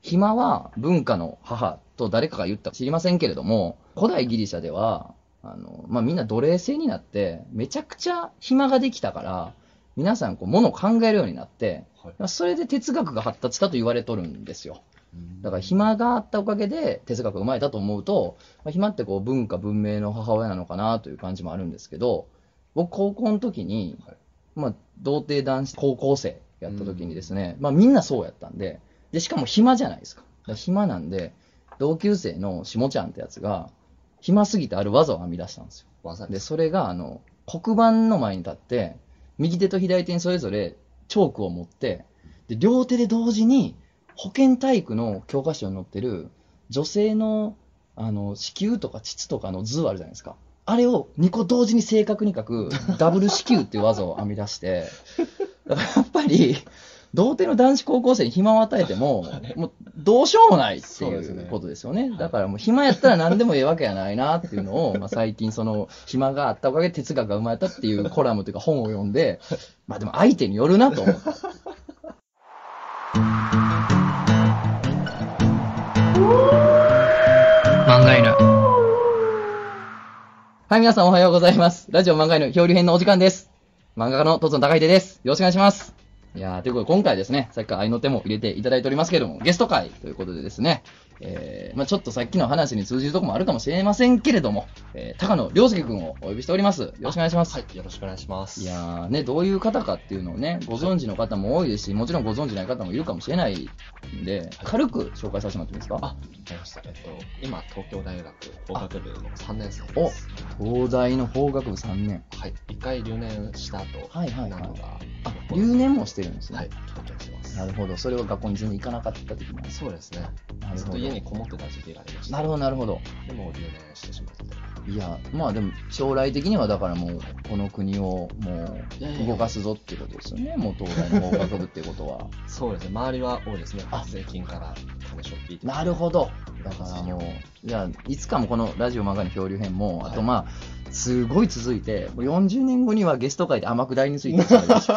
暇は文化の母と誰かが言ったか知りませんけれども、古代ギリシャでは、あの、まあ、みんな奴隷制になって、めちゃくちゃ暇ができたから、皆さんこう、ものを考えるようになって、はいまあそれで哲学が発達したと言われとるんですよ。だから暇があったおかげで哲学が生まれたと思うと、まあ、暇ってこう文化文明の母親なのかなという感じもあるんですけど僕高校の時に、はいまあ、童貞男子高校生やった時にですね、まあ、みんなそうやったんででしかも暇じゃないですかだから暇なんで同級生のしもちゃんってやつが暇すぎてある技を編み出したんですよ技でです。それがあの黒板の前に立って右手と左手にそれぞれチョークを持ってで両手で同時に保健体育の教科書に載ってる女性のあの子宮とか膣とかの図あるじゃないですかあれを2個同時に正確に書くダブル子宮っていう技を編み出 してだからやっぱり童貞の男子高校生に暇を与えてももうどうしようもないってそうですいうねことですよねはいだからもう暇やったら何でもええわけやないなっていうのを、まあ、 最近その暇があったおかげで哲学が生まれたっていうコラムというか本を読ん でまあでも相手によるなと思った漫画犬。はい皆さんおはようございますラジオ漫画への漂流編のお時間です漫画家のとつの高秀ですよろしくお願いしますいやーということで今回ですねさっきから愛の手も入れていただいておりますけれどもゲスト会ということでですねえーまあ、ちょっとさっきの話に通じるところもあるかもしれませんけれども、えー、高野良介君をお呼びしております。よろしくお願いします。はい、よろしくお願いします。いやーね、どういう方かっていうのをね、ご存知の方も多いですし、もちろんご存知ない方もいるかもしれないんで、軽く紹介させてもらってもいいですかあ、わかりました。えっと、今、東京大学法学部の3年生おです。東大の法学部3年。はい、一回留年した後、はいはいはいなのが、あ、この留年もしてるんですね。はい、来た気がします。なるほど。それは学校に全然行かなかった時なんです。そうですね。なるずっほとど。家にこもってた時期がありました。なるほど、なるほど。でも留年してしまって。いや、まあでも、将来的にはだからもう、この国をも、いやいやいうや動かすぞっていうことですよね。もう東大の法学部っていうことは。そうですね、周りは多いですね。あ税金から金ショッピーとかなるほど。だからもう、じゃあ、いつかもこのラジオ漫画の漂流編も、あはいとまあ、すごい続いて、もう40年後にはゲスト会で天下りについて語りましょ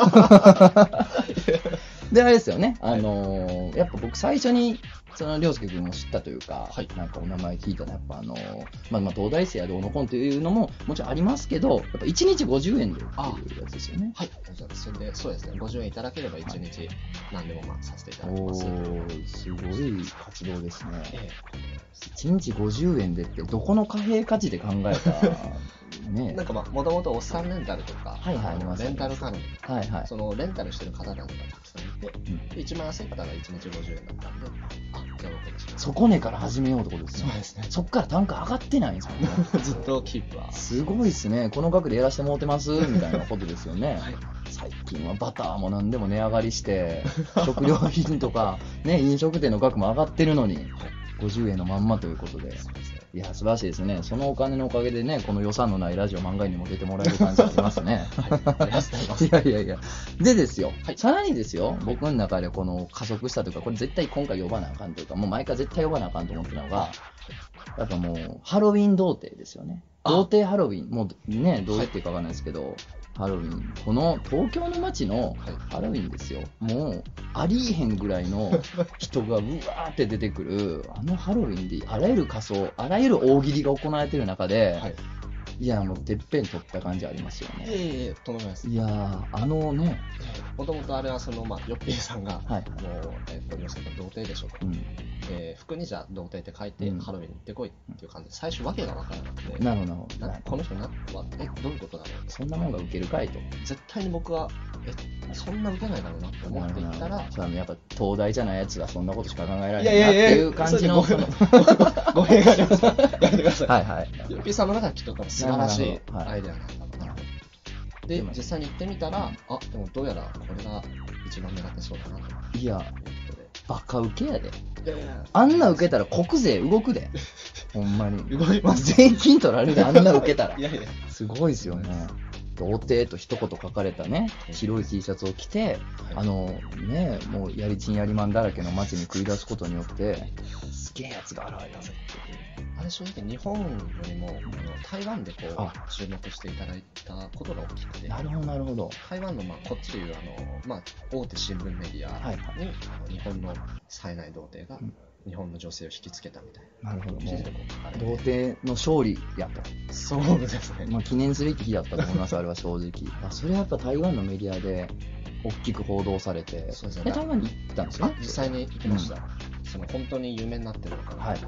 うで、あれですよね、あのーやっぱ僕最初に、その、りょうすけ君を知ったというか、はいなんかお名前聞いたのは、やっぱあのーまあ、まあ、東大生やどうのこうのというのも、もちろんありますけど、やっぱ1日50円でっていうやつですよね。はい、じゃあそれで、そうですね、50円いただければ1日何でもまあさせていただきおます。ー、すごい活動ですね。ええ1日50円でってどこの貨幣価値で考え たねなんかまあ、もともとおっさんレンタルとか、はいはいありますレンタルカヌー、はいはいそのレンタルしてる方々がたくさんいて、で一番安い方が1日50円だったんで、あ、じゃあ僕もします。底値から始めようってことですそうねですね。そっから単価上がってないんですもんねずっとキープは。すごいですねこの額でやらせてもらってますみたいなことですよね、 はい最近はバターも何でも値上がり して食料品とか、ね、飲食店の額も上がってるのに50円のまんまということでそうですね。いや素晴らしいですねそのお金のおかげでねこの予算のないラジオ漫画にも出てもらえる感じがしますね はい、ありがとうございま す。いやいやいや。でですよ、はいさらにですよ、僕の中でこの加速したというか、これ絶対今回呼ばなあかんというか、もう毎回絶対呼ばなあかんと思ってたのが、やっぱもう、ハロウィン童貞ですよね。あ童貞ハロウィン、もうね、どう言っていいかわかんないですけど、ハロウィン、この東京の街のはいハロウィンですよ、もうありえへんぐらい の人がうわーって出てくる、あのハロウィンであらゆる仮装、あらゆる大喜利が行われてる中で、はいい、や、もうてっぺん取った感じありますよいね。えいえいえ、とんでもないです。いやー、あのね、もともとあれはその、まあ、ヨッピーさんが、はいもう、えっと、皆さん童貞でしょとう。ん、えー服にじゃあ童貞って書いて、うんハロウィンに行ってこいっていう感じで、最初わけがわからなくて、なるほどなるほどなこの人なは、え、どういうことだろうそんなもんが受けるかいと。絶対に僕は、え、そんな受けないだろうなって思っていったら、そうあのやっぱ東大じゃないやつがそんなことしか考えられないいなやっいやいてやいう感じの。それはで ごめんがあります。やめてください。いはい。ヨッピーさんの中できっと多分素晴らしいアイデアなんだろうな。で、はい実際に行ってみたら、うんあ、でもどうやらこれが一番目立てそうだなといや、いうことで。バカ受けやで。いやいやあんな受けたら国税動く で。ほんまに。動います。税金取られるで、あんな受けたら い。やいや、すごいですよね。童貞と一言書かれたね、白い T シャツを着て、あのね、もうやりちんやりまんだらけの街に繰り出すことによって、すげえやつが現れたぜっていう。あれ正直日本よりもあの台湾でこあう注目していただいたことが大きくてなるほど、なるほど。台湾のまあこっちでいうあの、まあ、大手新聞メディアに、はいあの日本の冴えない童貞がうん日本の女性を引きつけたみたいなるほど。な、記も事でう、こう書かれて童貞の勝利やと。そうですね、まあ、記念すべき日だったと思い ます、あれは正直。あそれはやっぱ台湾のメディアで大きく報道されて、そうですえね台湾に行ったんですあか実際に行きました、その本当に有名になってるのかな、はい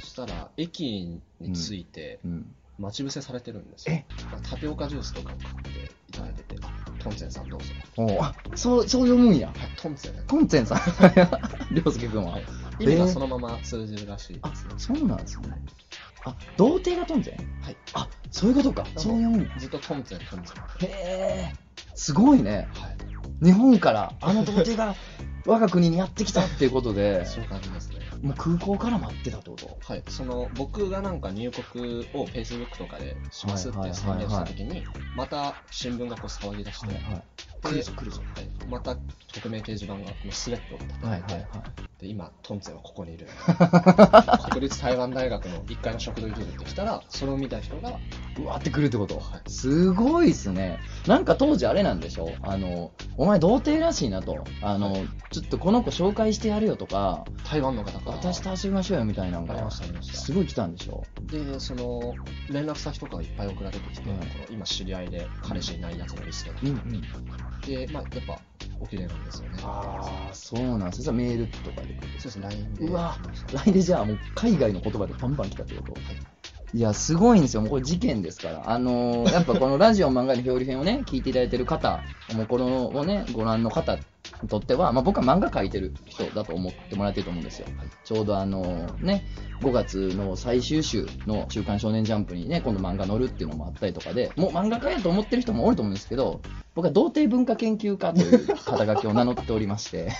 そしたら駅に着いてうん。待ち伏せされてるんですよ、えタピオカジュースとかを買っていただいてて、あトンツェンさんどうぞ、おうあ、そう、そう読むんや。はい、トンツェントンツェン さん。りょうすけくんははい。意味がそのまま通じるらしいあですね、、そうなんですね。あ、童貞がトンツェンはい。あ、そういうことか。そう読むんや。ずっとトンツェントンツェンへえ。すごいね。はい日本から、あの童貞 が我が国にやってきたっていうことで、そういう感じですねもう空港から待ってたってことはい、その僕がなんか入国を Facebook とかでしますっはいてはいはいはい宣言したときに、また新聞がこう騒ぎ出して、はい。で来るぞ来るぞはいまた匿名掲示板がこのスレッドを立てて、はいはいはい。で今、トンツェンはここに いる国立台湾大学の1階の食堂に出てきたら、それを見た人が、うわってくるってことはいすごいっすね。なんか当時あれなんでしょあの、お前童貞らしいなと。あの、ちょっとこの子紹介してやるよとか、台湾の方から、私と遊びましょうよみたいなのありまがし、た、ありました。すごい来たんでしょでその連絡先とかいっぱい送られてきて、はいこの今知り合いで彼氏いないやつのリストが、うんうん。で、まあ、やっぱお綺麗なんですよねああ、そうなんですね。メールとかで。そうです LINE でうわ来ました LINE でじゃあもう海外の言葉でバンバン来たってこといや、すごいんですよ。もうこれ事件ですから。あの ーやっぱこのラジオ漫画の表裏編をね、聞いていただいてる方、もうこのをね、ご覧の方にとっては、まあ僕は漫画描いてる人だと思ってもらっていると思うんですよ。ちょうどあのーね、5月の最終週の週刊少年ジャンプにね、今度漫画載るっていうのもあったりとかで、もう漫画家やと思ってる人も多いと思うんですけど、僕は童貞文化研究家という肩書きを名乗っておりまして、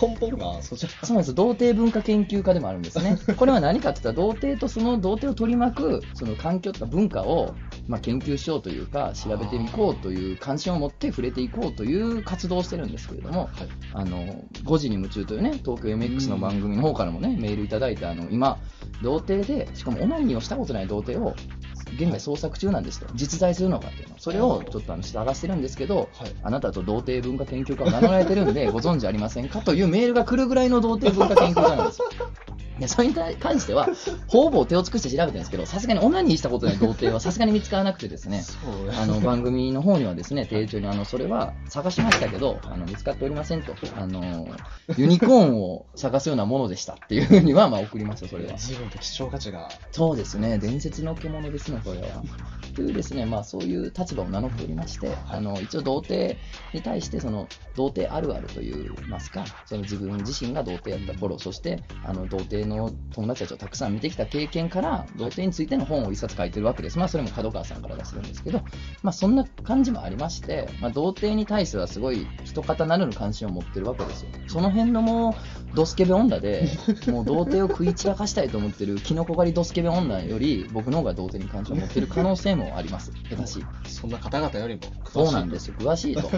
根本がそちらそうなんです。童貞文化研究家でもあるんです ね。これは何かって言ったら、童貞とその童貞を取り巻く、その環境とか文化を、まあ、研究しようというか、調べていこうという、関心を持って触れていこうという活動をしてるんですけれども、はいあの、5時に夢中というね、東京 MX の番組の方からもね、メールいただいて、あの、今、童貞で、しかもオナニーをしたことない童貞を、現在創作中なんですと。実在するのかっていうの。それをちょっとあの、探してるんですけど、はいあなたと童貞文化研究家を名乗られてるんで、ご存知ありませんかというメールが来るぐらいの童貞文化研究家なんですよ。でそれに対関しては、方々手を尽くして調べてるんですけど、さすがにオナニーしたことない童貞はさすがに見つからなくてですね、そうねあ の番組の方にはですね、丁重にあのそれは探しましたけど、あの見つかっておりませんと、あのユニコーンを探すようなものでしたっていうふうにはまあ送りました、それは。随分と希少価値がそうですね、伝説の獣ですね、これは。というですね、まあ、そういう立場を名乗っておりまして、あの一応、童貞に対して、その童貞あるあるといいますか、その自分自身が童貞やった頃、そしてあの童貞の友達たちをたくさん見てきた経験から、童貞についての本を一冊書いてるわけです、まあ、それも角川さんから出してるんですけど、まあ、そんな感じもありまして、まあ、童貞に対してはすごい人方なるの関心を持ってるわけですよ。その辺のもうドスケベ女で、もう童貞を食い散らかしたいと思ってるキノコ狩りドスケベ女より、僕の方が童貞に関心を持ってる可能性もあります。下手しい。そんな方々よりも詳しいそうなんですよ。詳しいと。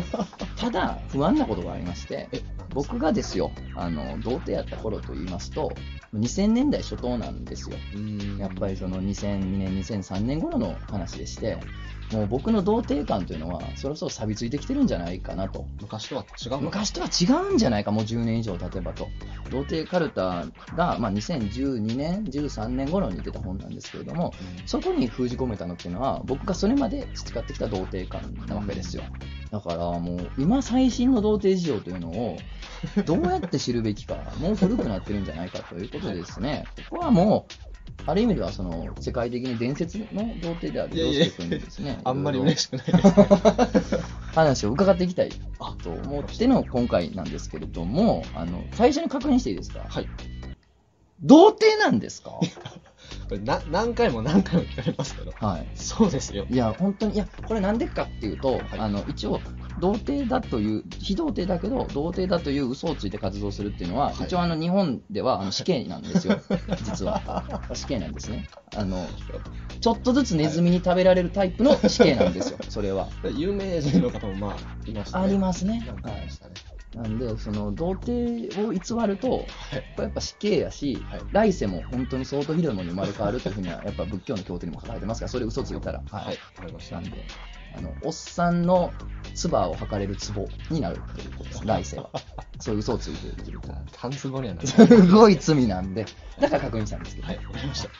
ただ、不安なことがありまして、え僕がですよ、あの、童貞やった頃と言いますと、2000年代初頭なんですよ。うーんやっぱりその2002年、2003年頃の話でして、もう僕の童貞感というのは、そろそろ錆びついてきてるんじゃないかなと。昔とは違うの昔とは違うんじゃないか、もう10年以上経てばと。童貞カルタが、まあ、2012年、13年頃に出た本なんですけれども、そこに封じ込めたのっていうのは、僕がそれまで培ってきた童貞感なわけですよ。だからもう、今最新の童貞事情というのを、どうやって知るべきか、もう古くなってるんじゃないかということでです ね、ここはもう、ある意味ではその世界的に伝説の童貞であるいやい洋や介君にですね、 あんまりいろいろ嬉しくないですね 話を伺っていきたいと思っての今回なんですけれども、あの最初に確認していいですか、はい童貞なんです かこれな何回も何回も聞かれますけどはいそうですよいや、本当に、いや、これなんでかっていうと、いあの、一応、童貞だという、非童貞だけど、童貞だという嘘をついて活動するっていうのは、はい一応、あの、日本では、あの、死刑なんですよ、実は。死刑なんですね。あの、ちょっとずつネズミに食べられるタイプの死刑なんですよ、それは。有名人の方もまあいましたねありますねなん。かはいいましたねなんで、その、童貞を偽ると、はこい。れやっぱ死刑やし、はい来世も本当に相当ひどいものに生まれ変わるというふうには、やっぱ仏教の経典にも書かれてますから、それ嘘ついたら、はい。わかりましなたん。で、あの、おっさんの唾を吐かれる壺になるということです、来世 は。そういう嘘をついていると。単数語にはなる。すごい罪なんで、だから確認したんですけど、はい。わかりました。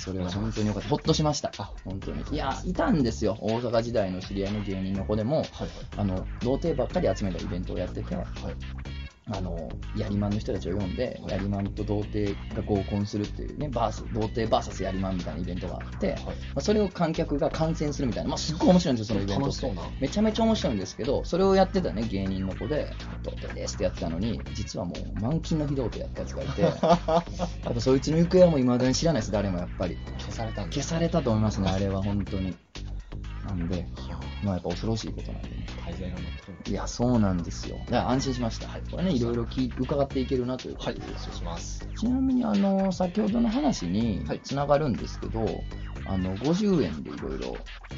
それは本当によかった。ほっとしました。あ本当に。いや、いたんですよ。大阪時代の知り合いの芸人の子でも、はい。あの、童貞ばっかり集めたイベントをやってて、はい。あの、ヤリマンの人たちを呼んで、はいヤリマンと童貞が合コンするっていうね、バース、童貞バーサスヤリマンみたいなイベントがあって、まはい。あ、それを観客が観戦するみたいな、まあ、すっごい面白いんですよ、そのイベント楽っ。してそうな。めちゃめちゃ面白いんですけど、それをやってたね、芸人の子で、童貞ですってやってたのに、実はもう満勤の非童貞やったやつが いて、やっぱそいつの行方はもう未だに知らないです、誰もやっぱり。消されたんで消す。されたと思いますね、あれは本当に。なんで、まあやっぱ恐ろしいことなんでね。大罪が乗ってる。いや、そうなんですよ。だから安心しました。はい、これね、いろいろ聞い伺っていけるなということはい。で、失礼します。ちなみに、あの、先ほどの話にはいつながるんですけど、あの、50円でいろいろ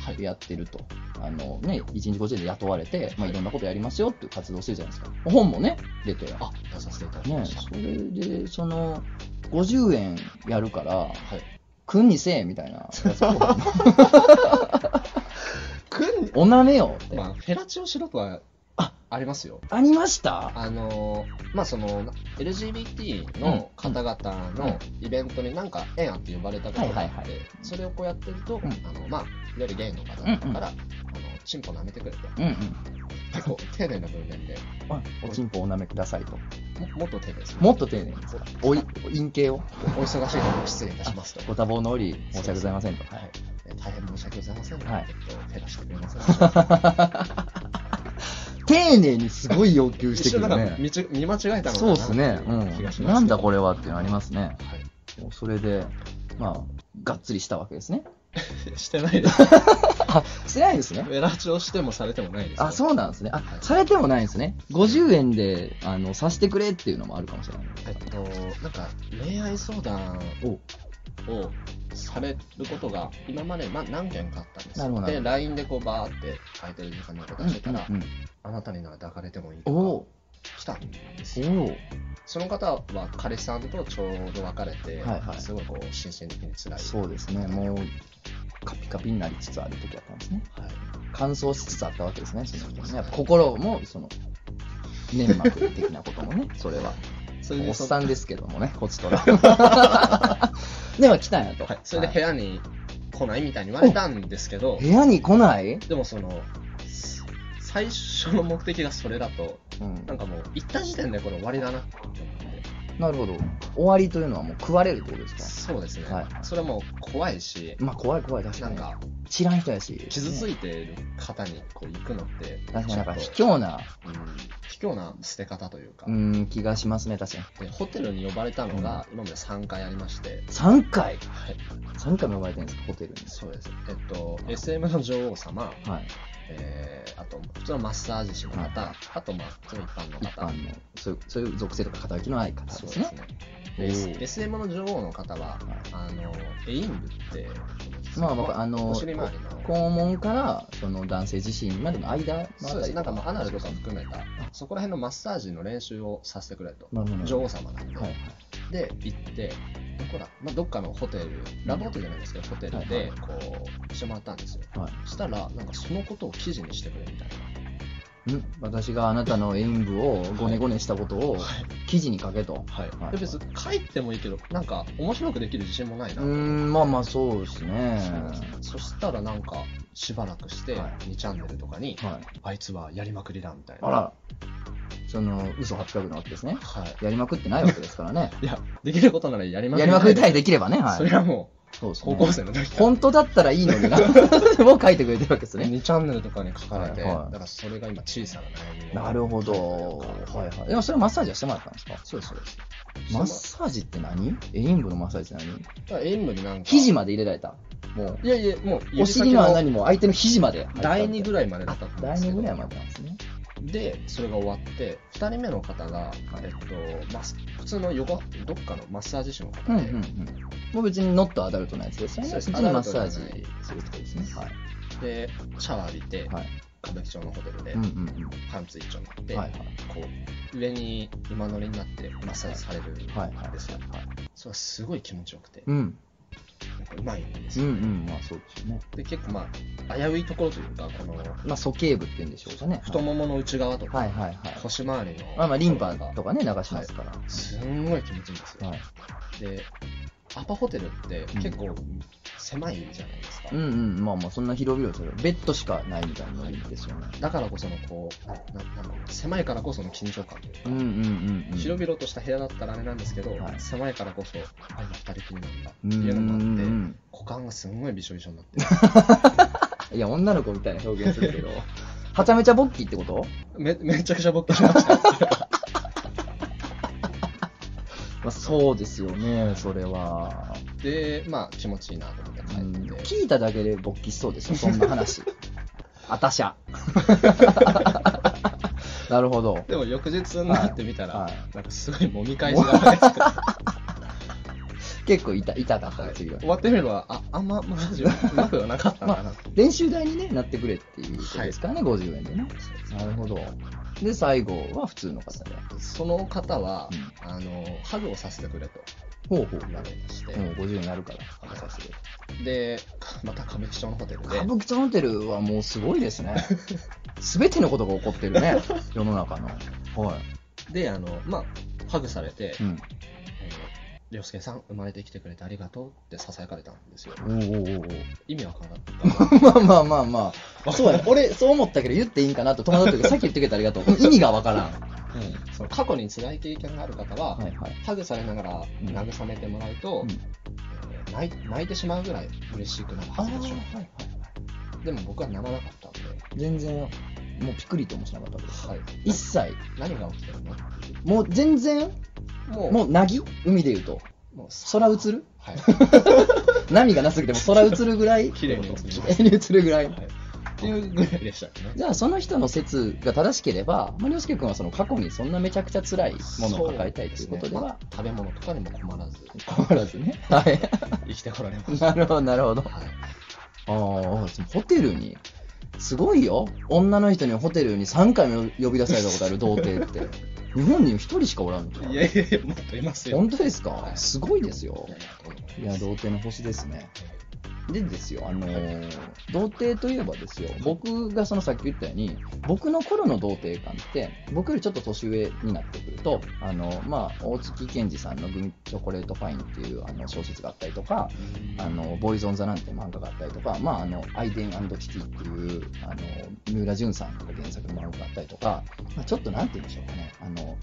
はい。やってると。あのね、1日50円で雇われて、まあ、はいいろんなことやりますよっていう活動をするじゃないですか。本もね、出て。あ、出させていただきね、ました。それで、その、50円やるから、はい。くんにせえみたいなやつを。くんおなめよって。 まあ、フェラチオシロップは、あ、ありますよ。ありましたあのーまあその LGBT の方々のイベントになんか縁あって呼ばれたことがあはいっはいはていそれをこうやってると、んあのまあいわゆるゲイの方々から、あのチンポ舐めてくれとうんうん。結構丁寧な文面であおちんぽおなめくださいと。ももっと丁寧ですねもっと丁寧にそうおい、陰形を。お忙しいところ失礼いたしますとご多忙の折、申し訳ございませんと。はい、え大変申し訳ございませんが、はいえっと、手出してくれませんでした 丁寧にすごい要求して一く瞬なるんかね。見ち見間違えたのかなそうですね。気がしうん。ますなんだれ、これはっていうのありますね。はいもうそれで、まあ、がっつりしたわけですね。 してないです。フあ、してないですね。ェラチオしてもされてもないですよ。あ、そうなんですね。あは、いされてもないんですね。50円で、あの、させてくれっていうのもあるかもしれない。えっと、なんか恋愛相談おをされることが今まで、まあ、何件かあったんですなるほよ。どで、LINE でこうバーって書いてる時間のこと出してたら、うんうんあなたになら抱かれてもいいおとおか来たんですおよ。おその方は彼氏さんとちょうど別れて、はいはいすごいこう心身的に辛い。そうですね。もう、カピカピになりつつある時だったんですね。はい乾燥しつつあったわけですね、その時そうですね。ねやっぱ心も、その、粘膜的なこともね、それは。それおっでそさんですけど もね、こっちとら。では来たんやと。はい、それで部はい屋に来ないみたいに言われたんですけど部、屋に来ないでもその、最初の目的がそれだと、うんなんかもう行った時点でこれ終わりだなって思って。なるほど。終わりというのはもう食われるってことですそうですね、はいそれはもう怖いし、かまあ怖い怖い、確なかんに。か知らん人やし。傷つねいてる方にこう行くのって、確かになんか卑ちょ怯な、っとうん卑怯な捨て方というか、うん、気がしますね、確かに。で、ホテルに呼ばれたのが今まで3回ありまして、 3回はい、 ?3 回も呼ばれてるんですか、ホテルに。そうです、えっと、SM の女王様、はい。えーあと、普通のマッサージ師の方、はいあと、まあ、普通の一般の一方般。の、そういう、そういう属性とか肩書きのない方そうでですすね。ね。おでー SM の女王の方は、はいあの、エインブって、まあ僕あのお尻周りの、肛門からその男性自身までの間のあそうたですりなんかまあアナルとか含めたあ、そこら辺のマッサージの練習をさせてくれと。なるほど女王様なんで。はいはいで、行って、どこだ、まあ、どっかのホテル、ラブホテルじゃないですけど、ホテルはいで、こう、してもらったんですよ。はしたら、なんかそのことを記事にしてくれみたいいん私があなたの演舞をごねごねしたことをな。はい。記事に書けとはいはいで別に書いてもいいけど、なんか面白くできる自信もないうな。ーんまあまあそうですねそしたらなんか、しばらくして、はい2チャンネルとかに、はいあいつはやりまくりだみたいな。あらその嘘800なわけですねはい。やりまくってないわけですからねいや、できることならやりまくやりりたまくいりたいできればねはそいれはもそうでう、す高ね校生の時から。本当だったらいいのに なもう書いてくれてるわけですね2チャンネルとかに書かれて、はいはいだからそれが今小さな悩みをなるほどはいはいでもそれマッサージはしてもらったんですかそうですそうですマッサージって何え、陰部のマッサージって何だから演武になんか肘まで入れられた。もいやいやもうう、お尻の穴にも相手の肘まで入ったみたい。第2ぐらいまでだったと思うんで第すけ2どぐらいまでなんですね。でそれが終わって2人目の方が、えっとまあ、普通の横どっかのマッサージ師のう方んうで、んうん。もう別にノットアダルトなやつですよね。そうです普通にマッサージするってことですね。はでシャワー浴びて、い。はい。歌舞伎町のホテルでうんうんパンツ一丁乗っうて、ん。はいこう上に馬乗りになってマッサージされるんですよ、はい。はいはいはい。それはすごい気持ちよくてうん。なんかうまいんですうんうよ、ん。まあそうですよね。で結構まあ危ういところというかこのまあ、鼠径部って言うんでしょうかね。太ももの内側とか、はいはいはい。腰回りのまあまあ、リンパとかね、流しますから。すんごい気持ちいいんですよ、はい。でアパホテルって結構狭いじゃないですか、うんうん。まあまあ、そんな広々とする。ベッドしかないみたいなのいいですよね。だからこそのこうなななんだろう狭いからこその緊張感といううか、んうんうんうん。広々とした部屋だったらあれなんですけど、はい狭いからこそ、あ、今二人きりなんだってうんいううのもあって、んうん。股間がすんごいびしょびしょになって、いや、女の子みたいな表現するけ ど。はちゃめちゃ勃起ってことめめちゃくちゃ勃起しました。まあ、そうですよね、それは。で、まあ気持ちいいなと思って帰うんって、聞いただけで勃起しそう ですよ、そんな話。あたし ゃ。なるほど。でも翌日になってみたら、はいはなんかすごい揉み返しが入ってて、結構いた、いただから、次は。終わってみれば、ああんま、まあ、うまくはなかったんだなって。練習台に、ね、なってくれっていうことですからね、50円でね。なるほど。で、最後は普通の方で。その方は、うあの、ハグをさせてくれとほうほう。言われまして、もう50円になるから、はいさせてで、かまた歌舞伎町のホテルで歌、舞伎町ホテルはもうすごいですね。 すべてのことが起こってるね、世の中の。はで、あの、まあ、ハグされてい。う、ん。えー凌介さん、生まれてきてくれてありがとうってささやかれたんですよ。おうおうおうおう。意味わからなかっまあた。まあまあまあ。そうや、 俺、そう思ったけど言っていいんかなと戸惑ったけど、さっき言ってくれてありがとう。意味がわ からん。はその過去に辛い経験がある方は、いはい。ハグされながらうん慰めてもらうと、うんえー泣い泣いてしまうぐらい嬉しくなるはずでしょ。はい。でも僕はならなかったんで、全然、もうピクリともしなかったです。はい、一切、何が起きてるのもう全然、もう、もう、なぎ海で言うと。もうさ空映るはい、 波がなすぎても空映るぐらい。綺麗に映ります綺麗に 映るぐらい。っていうぐらいでしたね。じゃあ、その人の説が正しければ、まあ、凌介君はその過去にそんなめちゃくちゃ辛いものを抱えたいということでそうはすね、まあ食べ物とかにも困らず、困らずね。はい。 生きてこられましなるほど、なるほどた。。はいああ、ホテルに、すごいよ。女の人にホテルに3回も呼び出されたことある童貞って。 日本に1人しかおらんじゃんいやいやいや、もっといますよ。本当ですかはいすごいですよい。やいやといや、んでもない童貞の星ですね。でですよ、あのー童貞といえばですよ、僕がそのさっき言ったように、僕の頃の童貞感って、僕よりちょっと年上になってくると、あのまあ、大月健二さんのグミチョコレートファインっていうあの小説があったりとか、あの、ボーイズ・オン・ザ・ランっていう漫画があったりとか、まあ、あの、アイデンチキっていう、あの、三浦淳さんが原作の漫画があったりとか、まあ、ちょっとなんて言うんでしょうかね、あの、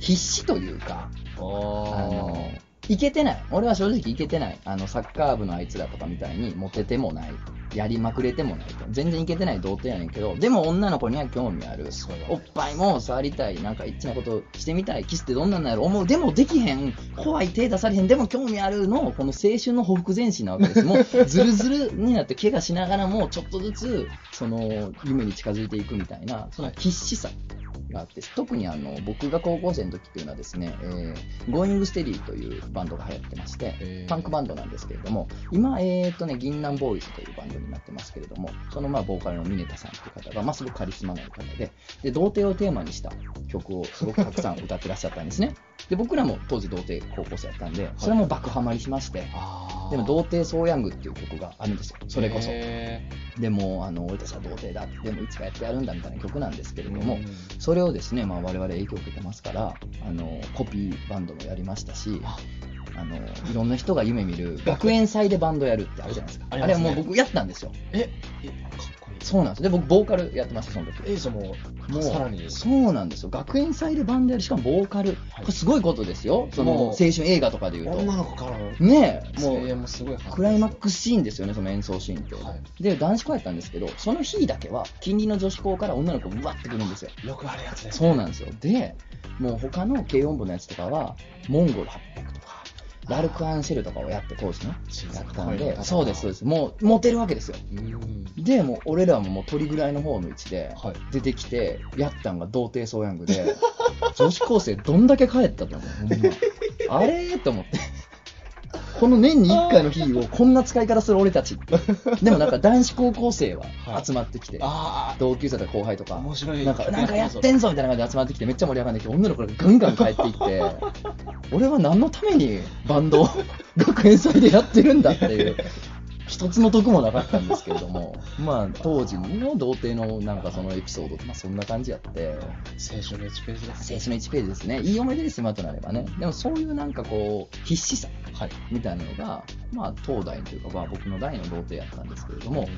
必死というか、あの、いけてない。俺は正直いけてない。あの、サッカー部のあいつらとかみたいに、モテてもない。やりまくれてもないと。全然いけてない童貞やねんけど、でも女の子には興味ある。すごいわおっぱいも触りたい、なんかエッチなことしてみたい、キスってどんなんなんやろ思う、でもできへん、怖い、手出されへん、でも興味あるの、この青春のほふ前進なわけです。もう、ずるずるになって怪我しながらも、ちょっとずつ、その、夢に近づいていくみたいな、その必死さがあって、特にあの、僕が高校生の時っていうのはですね、えー、Going Steady というバンドが流行ってまして、パンクバンンドなんですけれども、今、えーとね、銀杏ボーイズというバンドになってますけれども、そのまあボーカルのミネタさんという方が、まあ、すごくカリスマのある方でで、童貞をテーマにした曲をすごくたくさん歌ってらっしゃったんですね。で、僕らも当時童貞高校生だったんで、それも爆ハマりしまして、あーでも、童貞ソーヤングっていう曲があるんですよ、それこそ。へでも、あの俺たちは童貞だ、でもいつかやってやるんだみたいな曲なんですけれーども、うんそれをですね、まあ、我々影響を受けてますからあのコピーバンドもやりましたしああのいろんな人が夢見 る学園祭でバンドやるってあるじゃないですかあありますれねはもう僕やったんですよえ、えかっこいい。そうなんですで僕ボーカルやってましたその時えじゃあもう、もうさらに、そうなんですよ学園祭でバンドやるしかもボーカルこれすごいことですよそのもう青春映画とかでいう女との子からのねえも声う援もすごいクライマッククスシーンですよねその演奏シーンって、はで男子校やったんですけどその日だけは近隣の女子校から女の子うわってくるんですよよくあるやつです。そうなんですよ。で、もう他の軽音部のやつとかは、モンゴル800とか、ラルク・アンシェルとかをやって当時ね、新やっ作たんで、そうです、そうでです。もう、モテるわけですよ。す。うん。で、もう俺らももう鳥ぐらいの方の位置で、はい。出てきて、やったんが童貞ソーヤングで、女子高生どんだけ帰ったと思う、ほんま。あれーと思って。この年に1回の日をこんな使い方する俺たちってでもなんか男子高校生は集まってきて、あ同級生とか後輩とかあ、面白い。なんかなんかやってんぞみたいな感じで集まってきてめっちゃ盛り上がるんだけど女の子がガンガン帰っていって俺は何のためにバンドを 学園祭でやってるんだっていう一つの得もなかったんですけれどもまあ当時の童貞のなんかそのエピソードってまあそんな感じやって青春の1ページです。青春の1ページですねいい思い出です今となればねでもそういうなんかこう必死さはい。みたいなのがまあ当代というかまあ僕の代の童貞やったんですけれども、も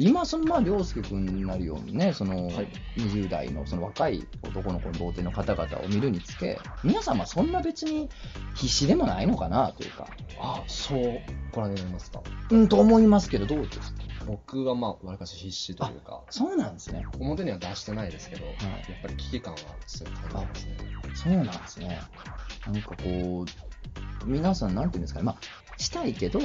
今、そのまあ涼介君になるようにね、そのはい20代のその若い男の子の童貞の方々を見るにつけ、皆様、そんな別に必死でもないのかなというか、あ、そう、ご覧になりますか。うんと思いますけど、どうですか、僕はまあ、わりかし必死というか、そうなんですね、表には出してないですけど、やっはい、ぱり危機感はすごい感じますね。そうなんですね、なんかこう、皆さん、なんていうんですかね、まあ、したいけど、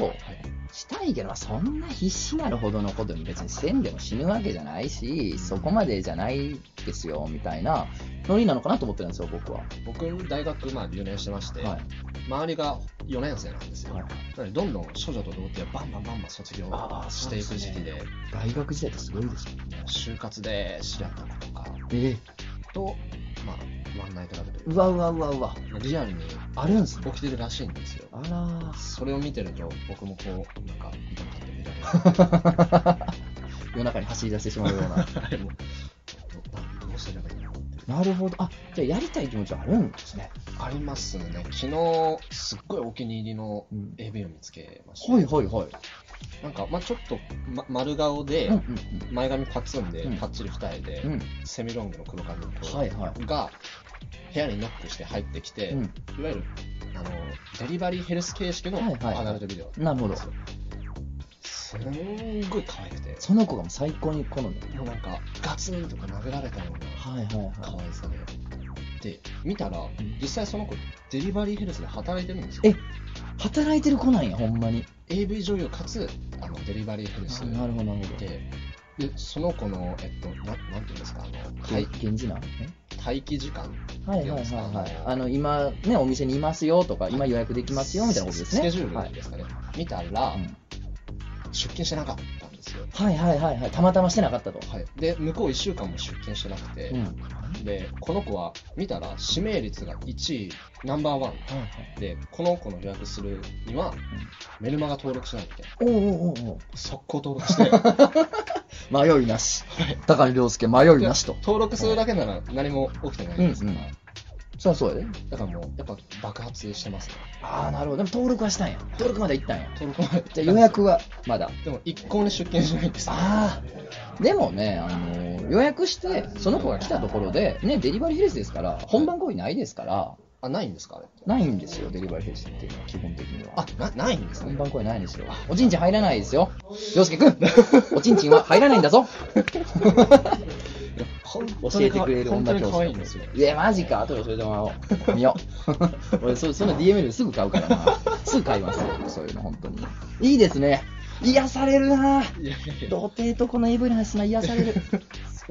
したいけど、まあそんな必死なるほどのことに別にせんでも死ぬわけじゃないし、そこまでじゃないですよみたいなノリなのかなと思ってるんですよ、僕は。僕、大学、まあ、留年してまして、はい周りが4年生なんですよ。はいなので、どんどん少女と童貞はバンバンバンバン卒業あーしていく時期で、そ大学時代ってすごいですよね。就活で知り合った子とかえと、まあ、ワンナイトラブといううか、わうわうわうわ。リアルにあるんす起きてるらしいんですよ。あらそれを見てると、僕もこう、なんか、見たかって見られる。夜中に走り出してしまうような。はいもう どどうすればいいのって。 なるほど。あ、じゃあやりたい気持ちはあるんですね。ありますね。昨日、すっごいお気に入りのうん。 AV を見つけました。はいはいはい。なんか、まあちょっと、ま、丸顔で、うん前髪パツンでうん、パッチリ二重で、うんうん。セミロングの黒髪の子はいはいが、部屋にノックして入ってきて、うん。いわゆる、あの、デリバリーヘルス形式のはいはいアダルトビデオうん。なるほど。すんごい可愛くて、その子がもう最高に好み。もうなんか、ガツンとか殴られたようなはいはい可は愛さで。で、見たら、ん実際その子、デリバリーヘルスで働いてるんですよ。えい。働いてる子なんや、ほんまに。 AV 女優かつ、あの、デリバリーヘルスあなるほどなるほど。で、で、その子の、えっと、ななんていうんですか、あの、はい待、源氏なんね。待機時間はいはいはいはい。あの、今、ね、お店にいますよとか、今予約できますよみたいなことですね。スケジュはーいルですかね。見たら、うん出勤してなかったんですよ。はいはいはいはい。たまたましてなかったと。はい。で、向こう1週間も出勤してなくて、うん。はいで、この子は見たら、指名率が1位、ナンバーワン。はい。で、この子の予約するには、メルマガ登録しないといけない。おうおうおうおう。速攻登 録して、迷いなし。高橋良介、迷いなしと。登録するだけなら何も起きてないんですから、うんうんそりゃそうやで。だからもう、やっぱ爆発してますね。ああ、なるほど。でも登録はしたんや。登録まで行ったんや。登録まで。じゃあ予。約はまだ。でも一向に出勤しないんですよ。ああ。でもね、あのー予約して、その子が来たところで、ね、デリバリーヘルスですから、本番行為ないですから、あ、ないんですかあれって。ないんですよ、デリバリーヘルスっていうのは、基本的には。あ、なないんです本ね。番声ないですよ。おちんちん入らないですよ。洋介くん、 おちんちんは入らないんだぞ。教えてくれる女教本当に可愛師いんですよ。いや、マジか。後で教えてもらおう。見よう。 俺そ、その DM ですぐ買うから な。すぐ買いますよ。そういうの、本当に。いいですね。癒されるないやいやいや童貞とこのエブリハスな癒される。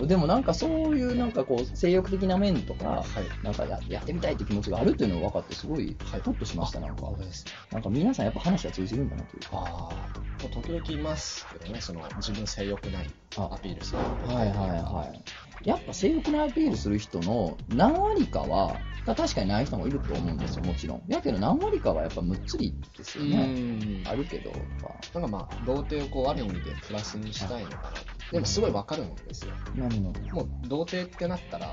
でもなんかそういうなんかこう性欲的な面とあか、はい。なんかややってみたいって気持ちがあるっていうのが分かって、すごいはいホッとしました、なんかあ。そうですね。なんか皆さんやっぱ話は通じるんだなというか。ああ。時々いますけどね、その、自分性良くないあアピールする。はいはいはい。やっぱ性欲のアピールする人の何割かは、た確かにない人もいると思うんですよ、もちろん。やけど何割かはやっぱむっつりですようね。ん。あるけど、とか。なんかまあ、童貞をこう、ある意味でプラスにしたいのかな。でもすごいわかるんですよ。何のもう、童貞ってなったら、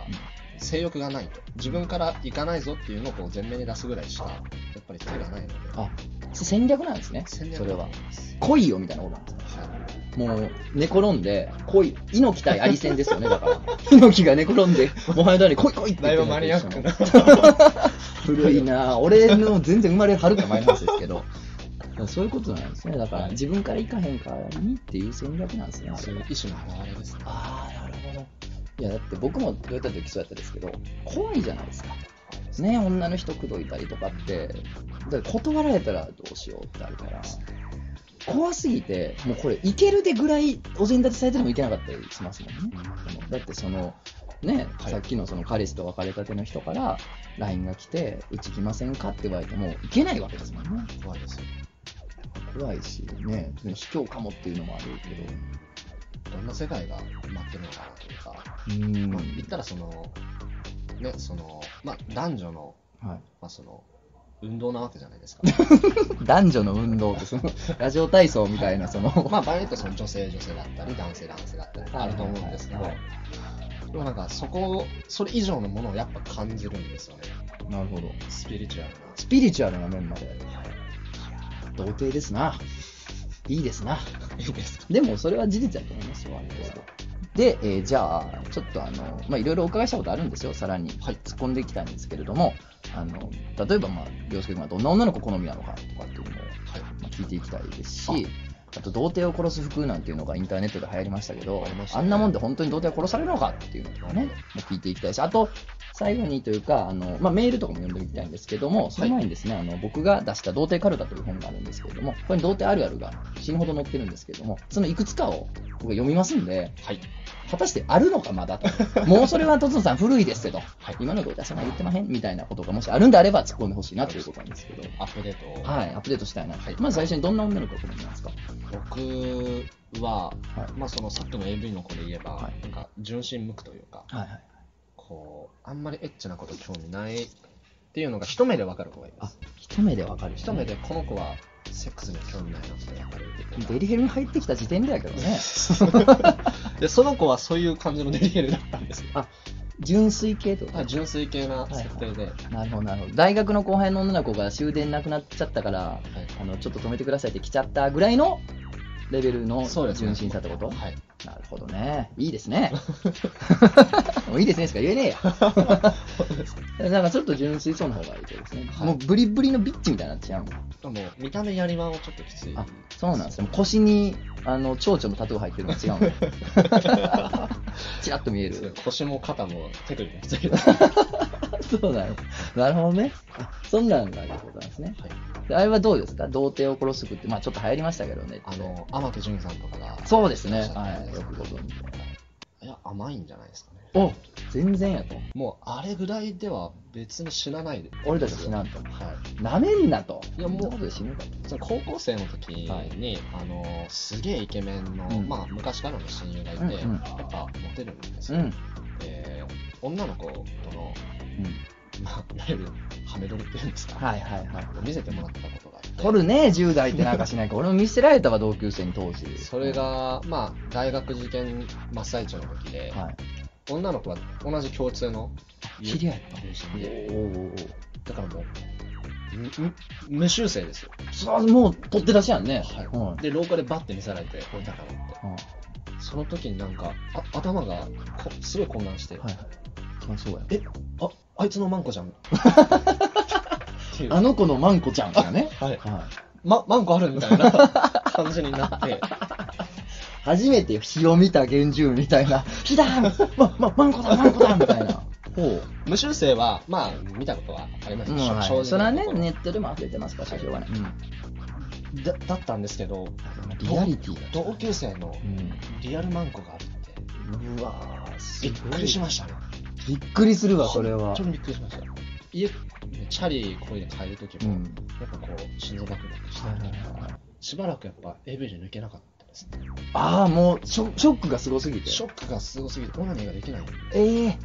性欲がないと。自分から行かないぞっていうのをこう、前面に出すぐらいしか、やっぱり手がないので。あ、戦略なんですね、戦略それはだ。と思います来いよみたいなことなんですねはいもう、寝転んで、来い、猪木対アリ戦ですよね、だ から。猪木が寝転んで、モハメドアリに来い来いって言だってるいぶのマと一ニ緒アのックな。 古いなぁ俺の全然生まれるはるか前の話ですけど。そういうことなんですね。だから自分から行かへんからにっていう戦略なんですね。あそれういう意思の表れですね。あー、なるほど。いや、だって僕もトヨタ時そうやったですけど、怖いじゃないですか。ね、女の人口説いたりとかって、だって断られたらどうしようってあるから、怖すぎて、もうこれ、いけるでぐらいお膳立てされてもいけなかったりしますもんね。だってそのね、はいさっきのその彼氏と別れたての人から LINE が来て、うち来ませんかって言われても、いけないわけですもんね。怖いですよ。怖いし、ね、別に卑怯かもっていうのもあるけど、どんな世界が待ってるのかなというか、うーん、まあ、言ったらその、ね、その、まあ、男女の、はい、まあ、その、運動なわけじゃな いですか。男女の運動って、その、 ラジオ体操みたいな、その、 まあ、場合によってはその女性女性だったり、男性男性だったり、あると思うんですけどはい、でもなんかそこを、それ以上のものをやっぱ感じるんですよね。なるほど。スピリチュアルな。スピリチュアルな面まで。童貞ですな。いいですな。いいですかでも、それは事実だと思いますよ、あれですと。で、えーじゃあ、ちょっとあの、まあ、いろいろお伺いしたことあるんですよ、さらに。はい突っ込んでいきたいんですけれども、あの、例えば、まあ、洋介君がどんな女の子好みなのかとかっていうのを、はい。まあ聞いていきたいですし、あと、童貞を殺す服なんていうのがインターネットで流行りましたけど、ありましたあねんなもんで本当に童貞は殺されるのかっていうのとかね、もう聞いていきたいし、あと、最後にというか、あのまあ、メールとかも読んでみたいんですけども、その前にですね、あの僕が出した童貞カルタという本があるんですけれども、これに童貞あるあるが死ぬほど載ってるんですけども、そのいくつかを僕が読みますんで、はい。果たしてあるのかまだと。もうそれはとつのさん古いですけど、今の童貞そんな言ってまへんみたいなことがもしあるんであれば突っ込んでほしいなということなんですけど。アップデートを。はい、アップデートしたいな。はいまず最初にどんな女の子が好みなんですか僕は、はいまあそのさっきの AV の子で言えば、はいなんか純真無垢というか、はいはい。こう、あんまりエッチなこと興味ないっていうのが一目でわかる子がいまあす。、一目でわかる、一目。でこの子はセックスには興味ないなってわかる子がデリヘルに入ってきた時点でやけどね。 で、その子はそういう感じのデリヘルだったんですよ。純粋系ってことあ純粋系な設定で、はいなるほど、なるほど。大学の後輩の女の子が終電なくなっちゃったから、あの、ちょっと止めてくださいって来ちゃったぐらいのレベルのそうですね純真さってこと、はい、なるほどね。いいです ね。もういいですねしか言えねえよ。なんかちょっと純粋そうな方がいいってことですね。はいもうブリブリのビッチみたいになっちゃうの。でも見た目やりまはちょっときついあ、そうなんですね。もう腰に、あの、蝶々のタトゥー入ってるの違うの。 チラッと見えそうる。腰も肩も手首もきついけど、 そうだよ。なるほどね。あ、そんなんがあるってことなんですね。はいであれはどうですか童貞を殺す服って、まあちょっと流行りましたけどね。あの天手純さんとかがそうですね。いらっしゃったはんい。ですよけくどご存知で。いや甘いんじゃないですかねお全然やと。もうあれぐらいでは別に死なないで俺たち死なんと。はなめんなと。いやもうそんなことで死ぬかと。いその高校生の時に、はあのすげえイケメンの、うんまあ昔からの親友がいて、うんうんやっぱモテるんですうよ、ん。で女の子とのうんまあいわゆるハメ撮りっていうんですか、はいはいはい。見せてもらったことがあって撮るね、10代ってなんかしないか。 俺も見せられたわ、同級生に当時。それ、が、まあ、大学受験真っ最中の時で、は女の子は同じ共通のい。知り合いやっ友人た。で、おおおだからもう、むむ無修正ですよ。そう、もう取って出しやんね。はいはいで、廊下でバッて見せられて、これだからって。その時になんか、あ頭がこすごい混乱して、はい。まあそうや。え、あ、あいつのマンコじゃん。 っていうあの子のマンコちゃんがね。はい、 はま、マンコあるみたいな 感じになって、い。初めて日を見た原住民みたい な。火だま、ま、マンコだマンコだみたいな。ほ無修正は、まあ、見たことはありまうすん、しょはい。正そ直れはねなと、ころネットでも溢れてますから、しょうがない。うん。だだったんですけど、リアリティが。同級生のリアルマンコがあるって、うん。うわぁ、すびっごいくりしましたね。びっくりするわ、それは。本当にびっくりしました。家、チャリこいで帰るときうも、ん。やっぱこう、心臓バクバクして、しばらくやっぱ AV じゃ抜けなかったですね。ああ、もうショ、ショックがすごすぎて。ショックがすごすぎて、オナニーができない。ええ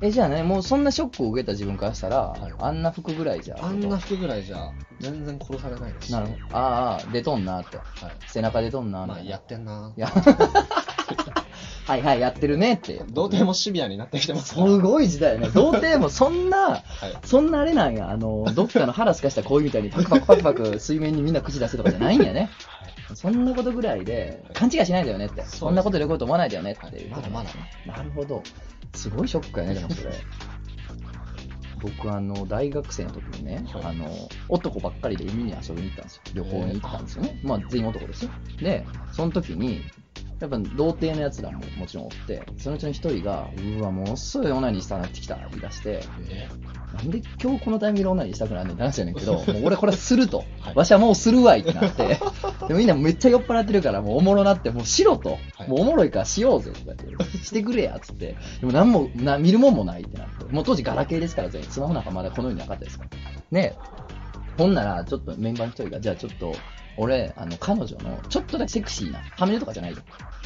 え、じゃあね、もうそんなショックを受けた自分からしたら、はいあんな服ぐらいじゃ。あんな服ぐらいじゃ、全然殺されないですし。なるほど。あーあー、出とんなって。はい。背中出とんなまあ、やいってんな。や はいはい、やってるねって。童貞もシビアになってきてますすから。はい。ごい時代よね。童貞もそんな、そんなあれなんや。あ の、どっかの腹すかした恋みたいにパクパクパクパク水面にみんな口出すとかじゃないんやね。そんなことぐらいで、勘違いしないでよねって。すそんなことでよこと思わないでよねっていうこまとだなんですね。まだ。なるほど。すごいショックやね、でもそれ。僕、あの、大学生の時にね、はいあの、男ばっかりで海に遊びに行ったんですよ。旅行に行ったんですよね。まあ、全員男ですよ。で、その時に、やっぱ童貞のやつらももちろんおって、そのうちの一人が、うわ、ものすごいオナニーしたなってきた、言い出して、えなんで今日このタイミングでオナニーしたくなんねんって話やねん けど、もう俺これすると。はいわしはもうするわいってな って、でもみんなめっちゃ酔っ払ってるから、もうおもろなって、もうしろと。はいもうおもろいからしようぜとか言って、してくれやっつって。でも何もな、見るもんもないってなって。もう当時ガラケーですから、全員。スマホなんかまだこの世になかったですから。ねほんなら、ちょっとメンバーの一人が、じゃあちょっと、俺、あの、彼女の、ちょっとだけセクシーな、ハメとかじゃないよ。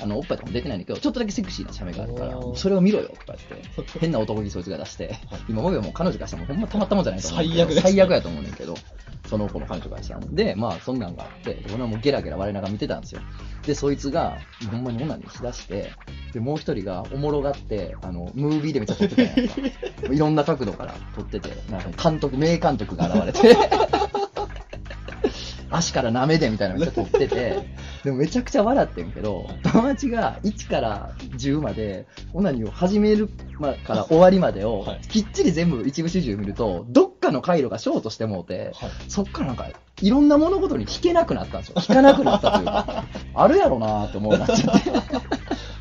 あの、おっぱいとかも出てないんだけど、ちょっとだけセクシーな写メがあるからお、ーそれを見ろよとか言って、変な男にそいつが出して、今僕はもう彼女からしたらもうほんまたまったもんじゃないと思うけど。最悪です最悪やと思うねんけど、その子の彼女からしたら。で、まあ、そんなんがあって、俺はもうゲラゲラ我ながら見てたんですよ。で、そいつが、ほんまに女にしだして、で、もう一人がおもろがって、あの、ムービーでめっちゃ撮ってたやんやんか。 いろんな角度から撮ってて、なんか監督、名監督が現れて、足から舐めでみたいなのめっちゃ撮ってて、でもめちゃくちゃ笑ってんけど、友達が1から10まで、オナニーを始めるまから終わりまでをはい、きっちり全部一部始終見ると、どっかの回路がショートしてもうて、はい。そっからなんか、いろんな物事に聞けなくなったんですよ。聞かなくなったという か、あるやろなーって思うようになっちゃって。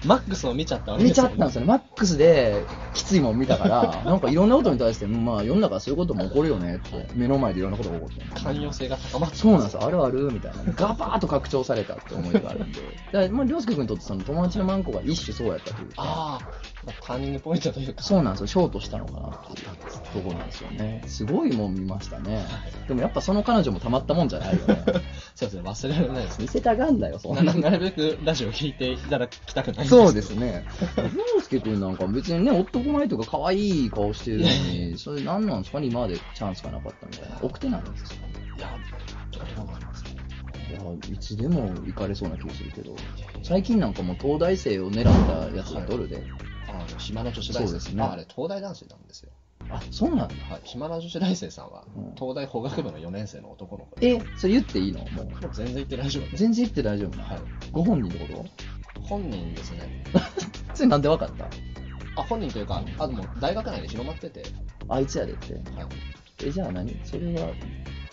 マックスを見ちゃったわけ 見ですちゃよったんですよね。マックスできついもん見た から、なんかいろんなことに対して、まあ世の中そういうことも起こるよねって、目の前でいろんなことが起こってる寛容性が高まってそうなんですよ。あるあるみたいな。ガバーッと拡張されたって思いがあるんで。だから、まあ、りょうすけ君にとってその友達のマンコが一種そうやったというか、ああ、まあターニングポイントというか。そうなんですよ。ショートしたのかなっていうところなんですよね。すごいもん見ましたね。でもやっぱその彼女もたまったもんじゃないよね。そうですね、忘れられないですね。 見せたがんだよ、そんなななるべくラジオ聞いていただきたくないんそうですすね。洋介君なんか別にね、男前というか可愛い顔してるのに、それ何なんですかね、今までチャンスがなかったみたいな。奥手なんですかけど。いや、どれだと思いますね。いや、いつでも行かれそうな気がするけど。最近なんかもう東大生を狙ったやつがドルで。あの島の女子大そう生ですねああれ、東大男子なんですよ。あ、そうなんだ。はい、島の女子大生さんは、うん東大法学部の4年生の男の子で、え、それ言っていいのもう。もう全然言って大丈夫です。全然言って大丈夫な。はい、ご本人ってこ本人で すね。と それなんでわかったあ、本人というか、あ、でも大学内で広まってて、あいつやでって。はい、え、じゃあ何それは、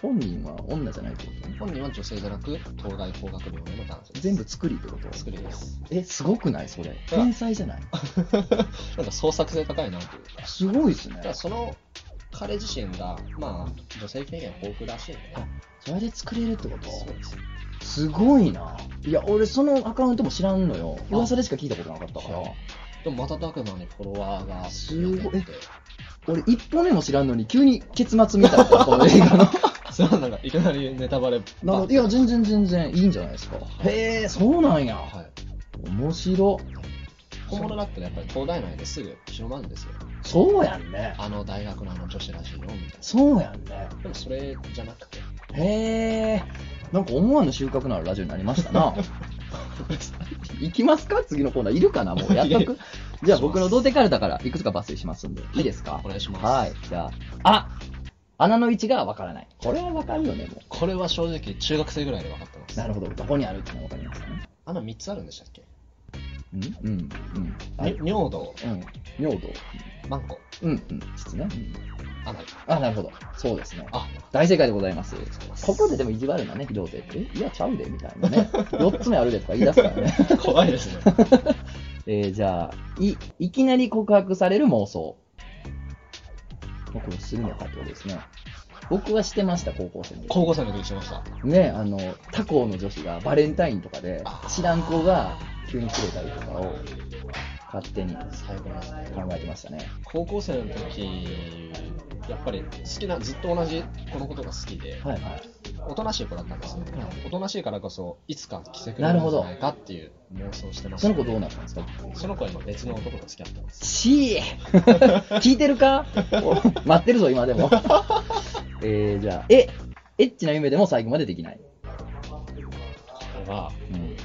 本人は女じゃないってこ本人は女性じゃなく、東大法学部4年の男性とです。全部作りってこと作りです。 え、すごくないそれ。天才じゃないなんか創作性高いなというか。すごいですねた。だその彼自身が、まあ、女性経験豊富らしいんでね。それで作れるってこそうです。とすごいな。いや、俺そのアカウントも知らんのよ。噂でしか聞いたことなかったからは。でも瞬く間にフォロワーがすごいて、 俺一歩目も知らんのに、急に結末見たから、この映画の。そうなんかいきなりネタバレなのバでいや、全然全然いいんじゃないですか。へえ、そうなんや。はい、面白。本物だったらやっぱり東大内ですぐ広まるんですよ。そうやんね。あの大学のあの女子らしいよみたいそうやんね。な。でもそれじゃなくて、へえ。なんか思わぬ収穫のあるラジオになりました な。行きますか次のコーナーいるかなもうやっといやいや く。じゃあ僕の童貞カルタからいくつか抜粋しますんで。いいですかお願いします。はい。じゃあ、あ穴の位置がわからない。これはわかるよね、もこれは正直中学生ぐらいで分かってまう。す。なるほど。どこにあるってのはわかりますね。あの3つあるんでしたっけ、うんうんうん。はい。に尿道、うん。尿道。マンコ、うんうん。質ね。うんアナル。あ、なるほど。そうですね。あ、大正解でございます。ここででもも意地悪なね、非同性って、えいや、ちゃうで、みたいなね。4つ目あるでとか言い出すから ね。怖いですね。えー、じゃあ、い、いきなり告白される妄想。まあこれするのかってことですね。僕はしてました、高校生の時。高校生の時にしてました。ね、あの、他校の女子がバレンタインとかであ、ー知らん子が急にくれたりとかを勝手に考最後ですね。えてましたね。高校生の時、やっぱり好きな、ずっと同じこのことが好きで、はいはい。おとなしい子だったんですよう。おとなしいからこそ、いつか着てくなれるるほんじどゃないかっていう妄想をしてましそたの。子どうなったんですかその子は今別の男と付き合ってます。ちえ 聞いてるか待ってるぞ、今でも。えー、じゃあ、え、エッチな夢でも最後までできない。これは、うん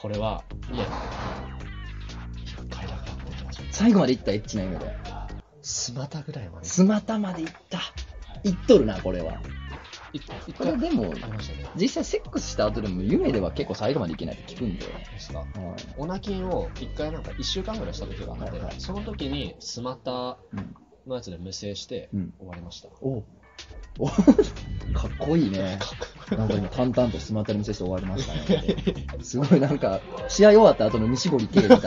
これは、いや、一回だけやってきましょう。最後までいった、エッチな夢で。スマタぐらいまで。スマタまでいった。いっとるな、これは。い一こ回れでも、ありましたね。実際セックスした後でも夢では結構最後までいけないって聞くんで。ですかはいオナキンを一回なんか一週間ぐらいした時があって、はいはいその時にスマタうんのやつで無制してうん終わり ました。おお かっこいいね。なんか今、淡々とスマタに見せして終わりましたね。 すごいなんか、試合終わった後の西堀圭みたいな。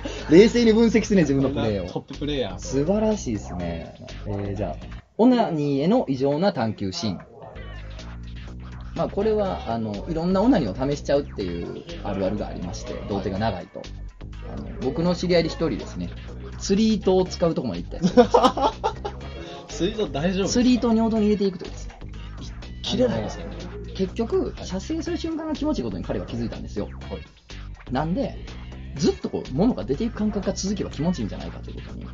冷静に分析すね、自分のプレートッを。ププレイヤーの素晴らしいですね。えー、じゃあ、オナニーへの異常な探求心。まあ、これは、あの、いろんなオナニーを試しちゃうっていうあるあるがありまして、童貞が長いと。あの僕の知り合いで一人ですね、釣 り糸を使うとこまで行ったやつ釣りと大丈夫釣り糸を尿道に入れていくというですね切れないでですすよね。結局はい射精する瞬間が気持ちいいことに彼は気づいたんですよはい。なんでずっとこう物が出ていく感覚が続けば気持ちいいんじゃないかということに、は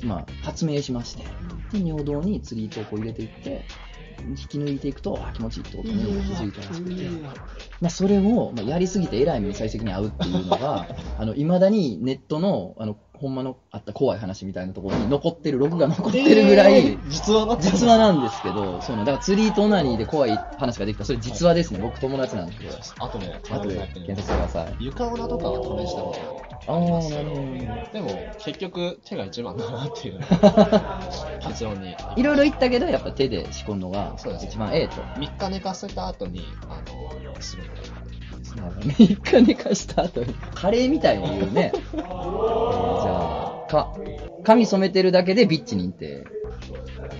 い。まあ、発明しましてで尿道に釣り糸をこう入れていって引き抜いていくとあ気持ちいいってことに気づいたらしくて、まあ、それを、まあ、やりすぎてえらい目に最終的に遭うっていうのがあの未だにネットのあのほんまのあった怖い話みたいなところに残ってる録画残ってるぐらい、えー実話なって実話なんですけど、そうなのだから釣りとオナニーで怖い話ができた、それ実話ですね、僕友達なんですけ ど、あとね、後で検索してください。床女とかは試したことあありまーすけなるどほど、でも結局手が一番だなっていうの が結論に。いろいろ言ったけど、やっぱ手で仕込むのがそうですね一番ええと。 3日寝かせた後に、あの、するのがいいですね。 3日寝かした後に、カレーみたいに言う ね。えーじゃあ、か、髪染めてるだけでビッチ認定。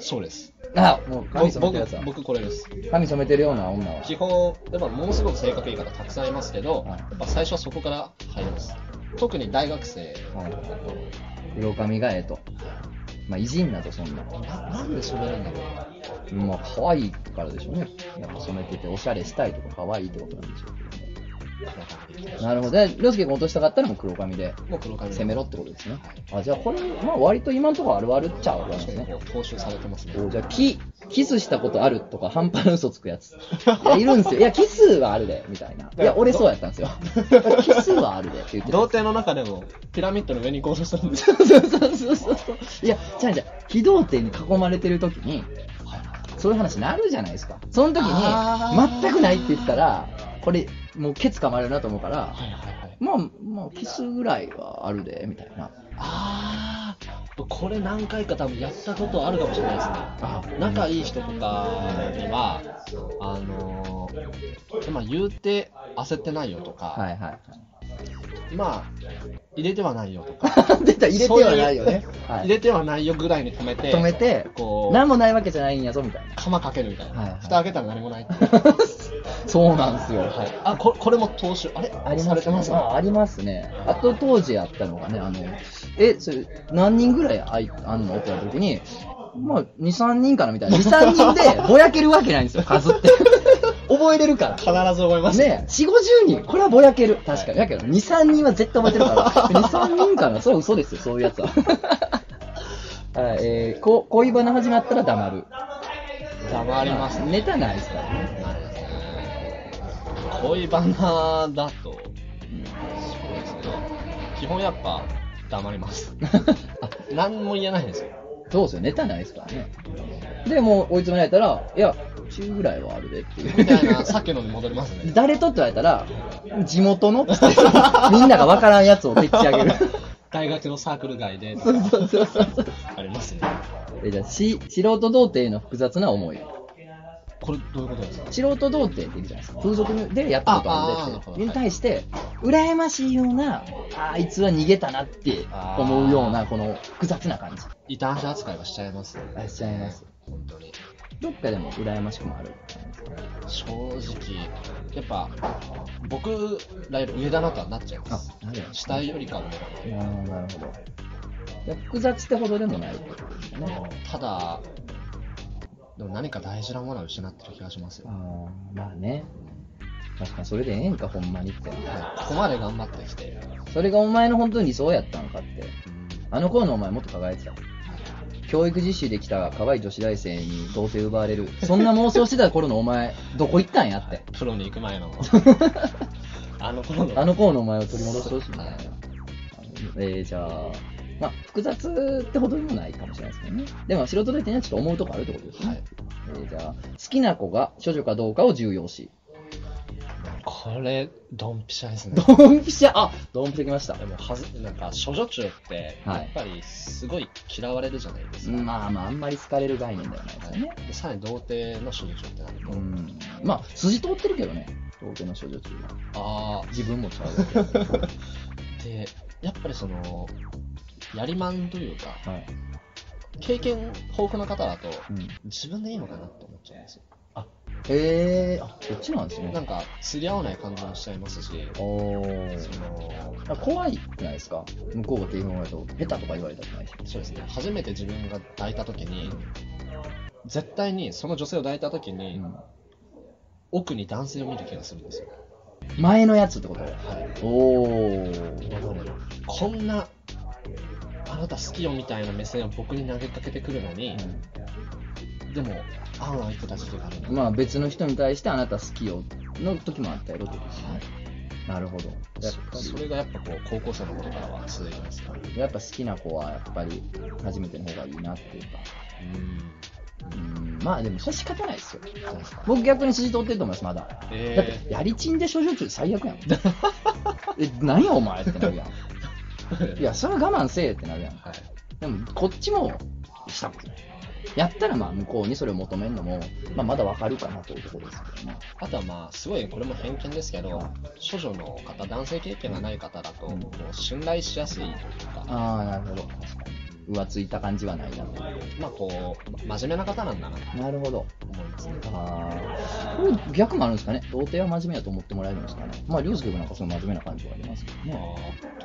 そうです。あ、もう髪僕染めてるやつ僕は。僕これです。髪染めてるような女は。基本、やっぱものすごく性格いい方たくさんいますけど、はいやっぱ最初はそこから入ります。特に大学生。はい黒髪がええと。まあ、偉人だとそんな。ななんで染めるんだろうまあ、可愛いからでしょうね。やっぱ染めてて、おしゃれしたいとか可愛いってことなんでしょうけどね。なるほど。で、りょうすけ君落としたかったらもう黒髪でもう黒髪攻めろってことですねは。あ、じゃあこれ、まあ割と今のところあるあるっちゃあるあるん確でかすにね。こう踏襲されてますね。おじゃあキ、キスしたことあるとか半端な嘘つくやつ。いや、いるんですよ。いや、キスはあるで、みたいな。いや、俺そうやったんですよ。キスはあるでって言ってた童。貞の中でもピラミッドの上に行動するんですそうそうそうそうそう。いや、じゃあじゃあ非童貞に囲まれてる時に、そういう話になるじゃないですか。その時あーに、全くないって言ったら、これ、もうケツ噛まれるなと思うから、いはいはい。まあ、まあ、キスぐらいはあるで、みたいな。あー、これ何回か多分やったことあるかもしれないですね。あ仲いい人とかには、あのー、まあ言うて焦ってないよとか、はいはい。まあ入れてはないよとか、出た、入れてはないよね。は入い、れてはないよぐらいに止めて、止めて、こう、何もないわけじゃないんやぞ、みたいな。釜かけるみたいな。はいはい蓋開けたら何もないっていう。 そうなんですよ。はい、あこ、これも投手、あれありさまれてすまねす。あありますね。あと当時あったのがね、あの、え、それ、何人ぐらいあいあんのって言われた時に、まあ、2、3人かなみたいな。2、3人でぼやけるわけないんですよ、数 って。覚えれるから。必ず覚えます。ね4、50人、これはぼやける。確かに。だけど、2、3人は絶対覚えてるから。2、3人 かなそう、嘘ですよ、そういうや つは。はい、えー、こ恋バナ始まったら黙る。黙りますね。ネタないですからね。恋バナだと、そうですね。基本やっぱ黙り ます。あ何も言えないですよ。そうですよ、ネタないですからね。で、もう追い詰められたら、いや、中ぐらいはあるでってみたいいな、う。さっきのに戻ります ね。 誰とって言われたら、地元のっ つってみんながわからんやつをでっち上げ る。大学のサークル外で、そうそうそうそう。ありますね。えじゃあ、し、素人童貞への複雑な思い。これどういうことですか素人童貞っているじゃないですか。風俗でやったことあああーなるるんでほっどて。に対して、羨ましいような、ああいつは逃げたなって思うような、この複雑な感じ。異端者扱いはしちゃいますね。あしちゃいます。本当に。どっかでも羨ましくもある。正直、やっぱ、僕らより上だなとはなっちゃいます。あなるほど下よりかも。あーなるほど。いや複雑ってほどでもないってことですよね。ただ、でも何か大事なものは失ってる気がしますよ。あーまあね。確かにそれでええんか、ほんまにって。はいここまで頑張ってきて、それがお前の本当に理想やったんかって。あの頃のお前もっと輝いてた。教育実習できた可愛い女子大生に童貞奪われる。そんな妄想してた頃のお前、どこ行ったんやって。プロに行く前 の、あの頃の、あの頃のお前を取り戻してほしいみたいな。えー、じゃあ、まあ、複雑ってほどにもないかもしれないですけどね。でも、素人でってはちょっと思うとこあるってことですね。はいえーじゃあ、好きな子が処女かどうかを重要視。これ、ドンピシャですね。ドンピシャあドンピシャきましたで。もはず、なんか、処女中って、はいやっぱりすごい嫌われるじゃないですか。まあまあ、あんまり好かれる概念ではないですよね。でさらに童貞の処女中ってなると、うん。まあ、筋通ってるけどね。童貞の少女中は。あ自分もちゃうわ あ、で、やっぱりその、やりまんというか、け。はい。経験豊富な方だと、うん。自分でいいのかなって思っちゃうんですよ。えー、あ、そっちなんですなね。んか、釣り合わない感じもしちゃいますし、おそー。の、あ怖いくないですか向こうが経験を言われたと、下手とか言われたくないし。そうですね、初めて自分が抱いたときに、絶対に、その女性を抱いたときに、うん奥に男性を見る気がするんですよ。前のやつってことはい。おー。戻れるこんな、あなた好きよみたいな目線を僕に投げかけてくるのに、でも、会う相手たちとかあるの。まあ別の人に対してあなた好きよの時もあったやろってことですね。なるほど。やっぱそそれがやっぱこう、高校生の頃からは続いてますね。り、やっぱ好きな子はやっぱり初めての方がいいなっていうか。うん、まあでもそれ仕方ないですよ。どうですか僕逆に筋取ってると思います、まだ。だっえて、やりちんで処女中最悪やん。 え、何やお前ってなるやん。 ー、いや、それは我慢せえってなるやん。はい。でも、こっちもしたもんね。やったら、まあ、向こうにそれを求めるのも、まあ、まだわかるかなというところですけどね。あとはまあ、すごいこれも偏見ですけど、処女の方、男性経験がない方だと、うんもう信頼しやすいというか、ああ、なるほど。浮ついた感じはないなと。まあこう、ま真面目な方なんだなとなるほど。思いますね。ああ。これ、逆もあるんですかね。童貞は真面目やと思ってもらえるんですかね。まあ、凌介君なんかその真面目な感じはありますけどあね。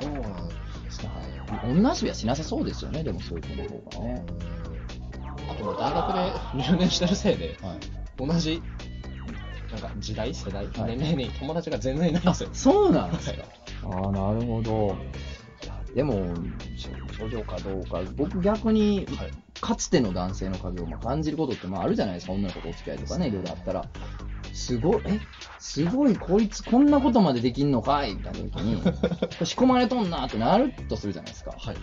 あ、どうなんですかね。女遊びはしなさそうですよね、でもそういう子の方がね。あとまあ大学で留年してるせいで、はい。同じ、なんか時代、世代、はい年齢に友達が全然いないんですよ。そうなんですはかい。ああ、なるほど。でも、処女かどうか、僕逆に、はいかつての男性の影をまあ感じることってまああるじゃないですか、女の子とお付き合いとかね、いろいろあったら。すごい、え、すごい、こいつこんなことまでできんのかいみたいな時 に、これ仕込まれとんなってなるとするじゃないですか。はい。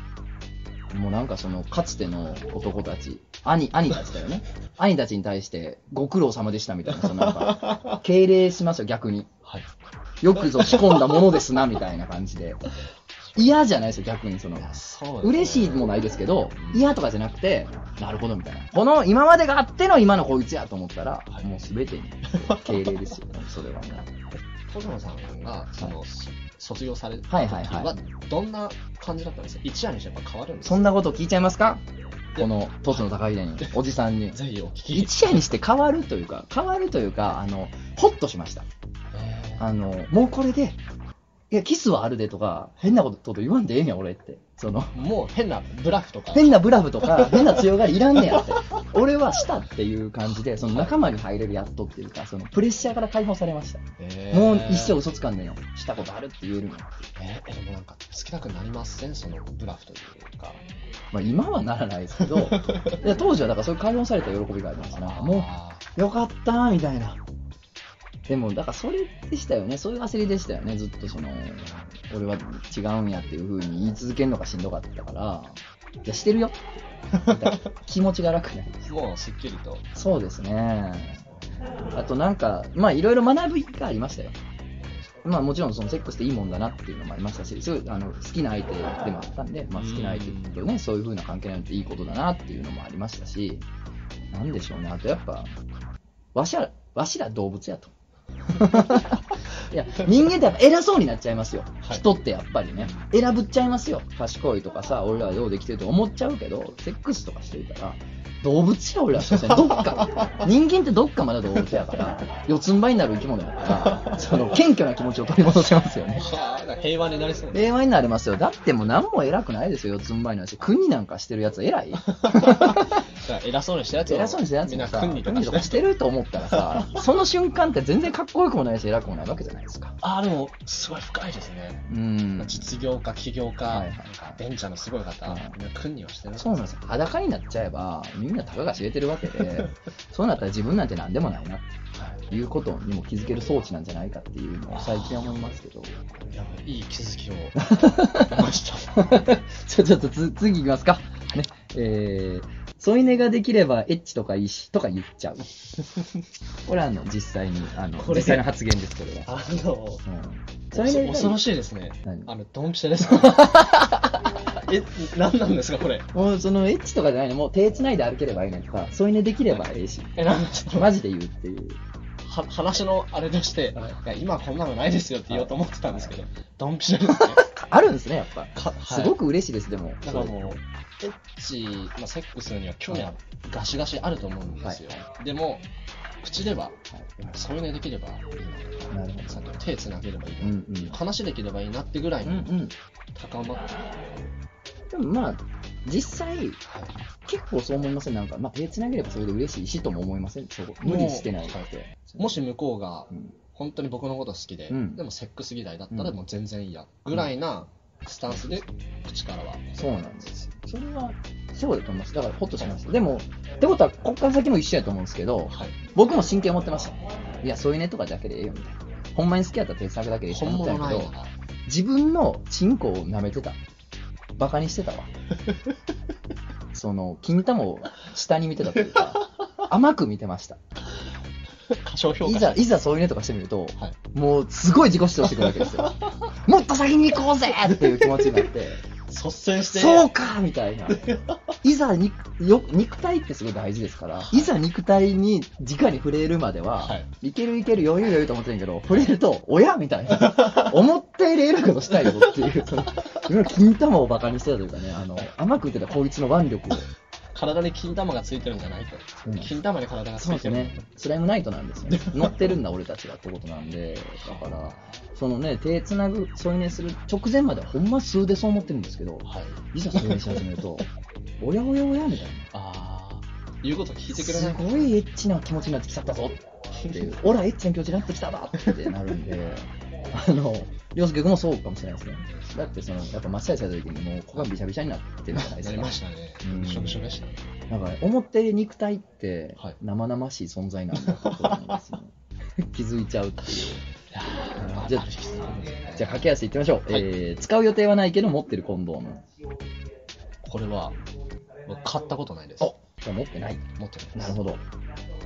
もうなんかその、かつての男たち、兄、兄たちだよね。兄たちに対して、ご苦労様でしたみたいな、そのなん か、敬礼しますよ、逆に。はい。よくぞ仕込んだものですな、みたいな感じで。嫌じゃないですよ、逆にその。そうですね嬉しいもないですけど、嫌とかじゃなくて、なるほどみたいな。この今までがあっての今のこいつやと思ったら、もうすべてに敬礼ですよ、それはもう。細野さんが、その、卒業された時はいはいはいは、どんな感じだったんですか一夜にしてやっぱ変わるんですそかんなこと聞いちゃいますかこの、トスの高秀に、おじさんに。ぜひお聞き。一夜にして変わるというか、変わるというか、あの、ほっとしました。えーあの、もうこれで、いや、キスはあるでとか、変なこと言わんでええんや、俺って。その、もう変なブラフとか。変なブラフとか、変な強がりいらんねやって。俺はしたっていう感じで、その仲間に入れるやっとっていうか、そのプレッシャーから解放されました。えーもう一生嘘つかんねえよ。したことあるって言えるの。えーでもなんか、好きたくなりませんそのブラフというか。まあ今はならないですけど、いや当時はだからそういう解放された喜びがありますね。もあーう、よかったーみたいな。でも、だからそれでしたよね。そういう焦りでしたよね。ずっとその、俺は違うんやっていう風に言い続けるのがしんどかったから、いや、してる よ。だから気持ちが楽になりましたもうすっきりと。そうですね。あとなんか、まあいろいろ学びがありましたよ。まあもちろんそのセックスっていいもんだなっていうのもありましたし、すごいあの好きな相手でもあったんで、まあ好きな相手とね、そういう風な関係になるっていいことだなっていうのもありましたし、なんでしょうね。あとやっぱ、わしら、わしら動物やと。 いや、人間ってやっぱ偉そうになっちゃいますよ。はい人ってやっぱりね。選ぶっちゃいますよ。賢いとかさ、俺らはようできてると思っちゃうけど、セックスとかしていたら、動物や俺ら所詮どっ か。人間ってどっかまだ動物やから、四つん這いになる生き物や から、その、謙虚な気持ちを取り戻しますよね。はあ、なんか平和になりそうね。令和になりますよ。だってもう何も偉くないですよ、四つん這いの話。国なんかしてるやつ偉 いだから偉そうにしたやつを偉そうにしてるやつみんもなさ、訓にと訓かにしとてかしてると思ったらさ、その瞬間って全然かっこよくもないし、偉くもないわけじゃないですか。ああ、でも、すごい深いですね。うん。実業家、起業家、はいはいなんかベンチャーのすごい方、はいみんな訓にはしてるそうなんですよ。裸になっちゃえば、みんなたかが知れてるわけで、そうなったら自分なんて何でもないなっていうことにも気づける装置なんじゃないかっていうのを最近は思いますけど。いやいい気づきを 得ました。ちょ、ちょっとつ次いきますか。ね。えー、添い寝ができればエッチとかいいし、とか言っちゃう。これはあの、実際に、あの、これ実際の発言です、これは。あの、うんそ添い寝が恐ろしいですね何。あの、ドンピシャ です。え、何なんですか、これ。もうそのエッチとかじゃないの、もう手繋いで歩ければいいねとか、添い寝できればええし、え、なんかちょっとマジで言うっていう。は話のあれとして、はいい、や今はこんなのないですよって言おうと思ってたんですけど、ドンピシャですね。あるんですね、やっぱ。 かはすいごく嬉しいです、でも。だからもう、エッチ、まあ、セックスには興味はガシガシあると思うんですよ。でも、口では、添い寝できればいいなるほな、さっきの手つなげればいいな、うんうん話できればいいなってぐらいうんうにん。高まってる、でもまあ、実際、はい結構そう思いませんなんか、まあ、手つなげればそれで嬉しいしとも思いませんそう無理してないって。もし向こうがうん、本当に僕のこと好きで、うんでもセックス嫌いだったうらんもう全然いいや、ぐらいなスタンスで口からはそうなんですよ。それは、そうだと思います。だから、ほっとします。でも、ってことは、こっから先も一緒やと思うんですけど、はい僕も真剣に思ってました。いや、そういうねとかだけでええよ、みたいな。ほんまに好きやったら手下げだけでええと本思った物 んやなけいどか、ら 自分のチンコを舐めてた。バカにして たわ。その、金玉を下に見てたというか、 甘く見てました。過小評い価ざ、さいざそういうねとかしてみると、はいもうすごい自己主張してくるわけです よ。もっと先に行こうぜっていう気持ちになって、率先してそうかみたい な。いざによ、肉体ってすごい大事ですから、いざ肉体に直に触れるまでは、、はいけるいける余裕余裕と思ってるけど、触れると、親みたいな。思ったより偉いことしたいよっていう、その、いわゆる金玉をバカにしてたというかね、あの、甘く打てたこいつの腕力を。体に金玉がついてるんじゃないと、うん金玉に体がつそういですてるね。スライムナイトなんですよね。乗ってるんだ、俺たちがってことなんで。だから、そのね、手つなぐ、添い寝する直前まではほんま数でそう思ってるんですけど、はいいざ添い寝し始めると、おやおやおやみたいな。ああ言うこと聞いてくれすないごいエッチな気持ちになってきちゃったぞっていう、オラエッチな気持ちになってきただってなるんで、 あの、涼介君もそうかもしれないですね。だって、その、やっぱマッサージされた時にもう、股間びしゃびしゃになってるじゃないで なすりかま。したねうんびしょびしょでしたねなんか、思ってる肉体ってはい、生々しい存在なんだってことなんですね。気づいちゃう っていう。いやーまあじゃあある日さじゃあ、駆け足いってみましょう。はいえー、使う予定はないけど、持ってるコンドーム。これは僕買ったことないですおじゃあ持ってない。持ってなないるほど。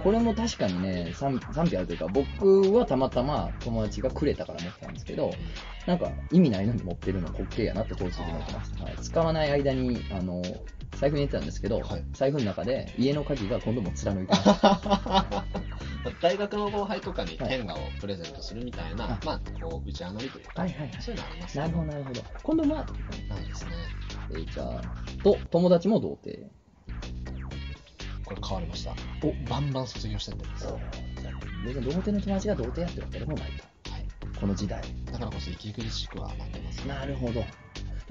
これも確かにね、賛賛否あるというか、僕はたまたま友達がくれたから持ってたんですけど、なんか意味ないのに持ってるの滑稽やなって当時思ってます。はい、使わない間に、あの、財布に入れてたんですけど、はい財布の中で家の鍵が今度も貫いてま した。 大学の後輩とかにはい変顔をプレゼントするみたいな、あまあ、こう、打ち上がりというか、はいはいはいそういうのありますなるほど、なるほど。今度は、ど。ないですね。えーじゃあ、と、友達も童貞。これ変わりました。お、バンバン卒業してってます。は別に童貞の友達が童貞やってわけでもないと。い。この時代。だからこそ、息苦しくはなってますね。なるほど。でも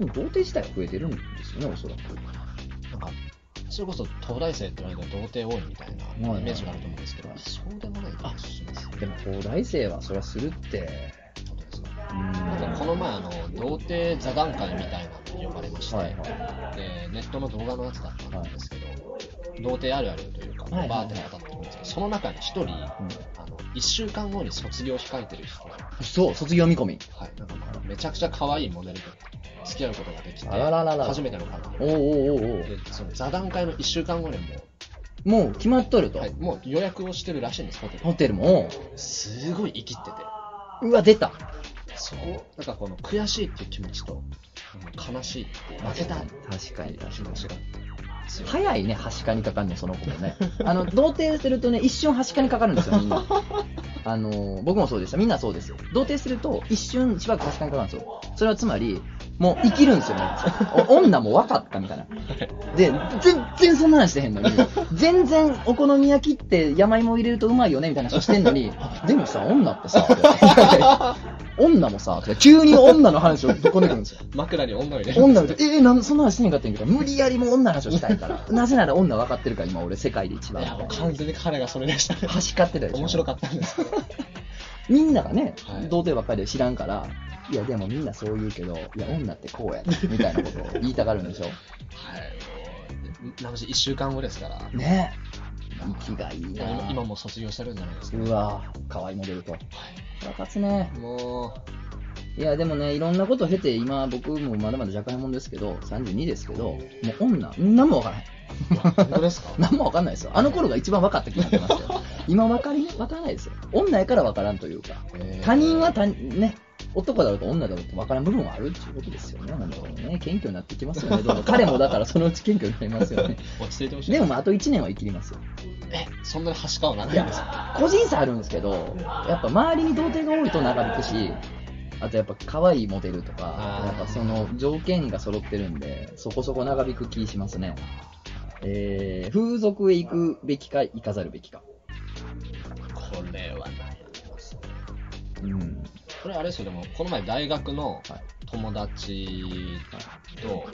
童貞自体は増えてるんですよね、おそらく。なんか、それこそ、東大生って言われたら童貞多いみたいいはないイメージがあると思うんですけど、そうでもない気がします。でも東大生はそりゃするって。本当ですかななんかこの前、あの、童貞座談会みたいなのに呼ばれまして、はいはでネットの動画のやつだったんですけど、童貞あるあるというか、はいバーって当たってくるんですけど、その中に一人、い。うん、あの1週間後に卒業控えてる人が、はそう、卒業見込み。い、なんかまあめちゃくちゃ可愛いモデルと付き合うことができて、あらららら初めての方おうおうおうおうでその座談会の1週間後にももう決まっとると。う、はい、もう予約をしてるらしいんです、ホテルホテルも。すごい生きってうわ、出た。て、そこ、なんかこの悔しいっていう気持ちと、あの悲しいっていう、負けたっていう確かに、気確か持に。ちが強い。早いね、はしかにかかるの、その子もね。 あの、童貞するとね、一瞬はしかにかかるんですよ、みんな。あの、僕もそうでした。みんなそうですよ。童貞すると、一瞬しばらくはしかにかかるんですよ。それはつまり、もう生きるんですよ、ね。お女も分かったみたいな。で、全然そんな話してへんのに、全然お好み焼きって山芋入れるとうまいよね、みたいな話してんのに、でもさ、女ってさ、女もさ、急に女の話をぶっこんでくるんですよ。枕に女を入れ る女の人えー、なんそんな話しねんかってんけど、無理やりもう女の話をしたい から。なぜなら女分かってるから、今俺世界で一いや、もう番。完全に彼がそれ でした。はしかってたでしょ。面白かったんですけど。みんながね、はい童貞ばっかりで知らんから、いやでもみんなそう言うけど、いや女ってこうや、みたいなことを言いたがる んでしょ。はい、もう、なのし1週間後ですから、ねえ。息がいいな今今もう卒業してるんじゃないですか。うわぁ、可愛いモデルと。腹立つね。もいや、でもね、いろんなことを経て、今、僕もまだまだ若いもんですけど、32ですけど、もう女、何もわからへん。う、 本当ですか何もわかんないですよ。あの頃が一番分かった気になってますよ。今分かり、分からないですよ。女やから分からんというか、他人は他人、ね、男だろうと女だろうと分からん部分はあるっていうことですよね。本当にね、謙虚になってきますよね。どんどん彼もだからそのうち謙虚になりますよね。落ち着いてほしい。でも、まあ、あと1年は生きりますよ。え、そんなに端かは長いんですか個人差あるんですけど、やっぱ周りに童貞が多いと長引くし、あとやっぱ可愛いモデルとかあ、ーやっぱその条件が揃ってるんで、そこそこ長引く気しますね。えー、風俗へ行くべきか、行かざるべきか。これは悩みますね。うん。これあれですよ、でも、この前大学のはい友達と、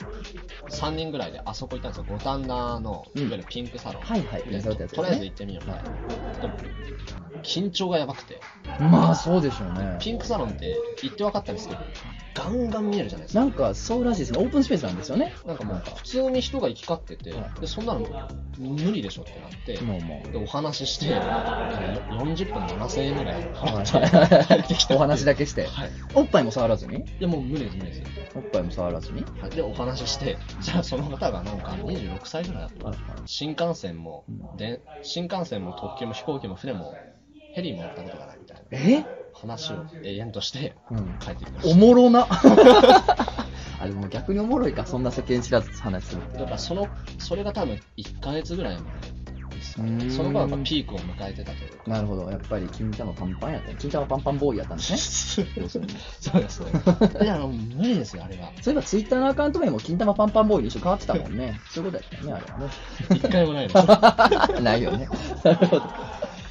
3人ぐらいであそこ行ったんですよ、五反田の、ういんわゆるピンクサロン。はいはいでピンクサロンってやつとですねりあえず行ってみよう。はでも、緊張がやばくて、まあそうでしょうね。ピンクサロンって行って分かったんですけど、ガンガン見えるじゃないですか。なんかそうらしいですね。オープンスペースなんですよね。なんかもう、普通に人が行き交っててはい、でそんなの無理でしょってなって、もうもう。でお話しして、40分7000円ぐらい払って入ってきはい た。お話だけして。はい。いおっぱいも触らずにや、もう無理です、無理です。おっぱいも触らずにはい、で、お話しして、じゃあその方がなんか26歳ぐらいだった。新幹線も、で新幹線も特急も飛行機も船も、ヘリも乗ったことがないみたいなえ話を永遠としてうん。帰ってきまおしもろな。 あ、でも逆におもろいか、そんな世間知らず話する。た。だからその、それが多分1ヶ月ぐらい前ですかうーね。んその頃がピークを迎えてたというか。なるほど。やっぱり金玉パンパンやったね。金玉パンパンボーイやったん ですね。要するに そうですね。で、あの、無理ですよ、あれは。そういえばツイッターのアカウント名も金玉パンパンボーイに一緒変わってたもん ね。そういうことだったよね、あれはね。一回もない です。はないよね。なるほど。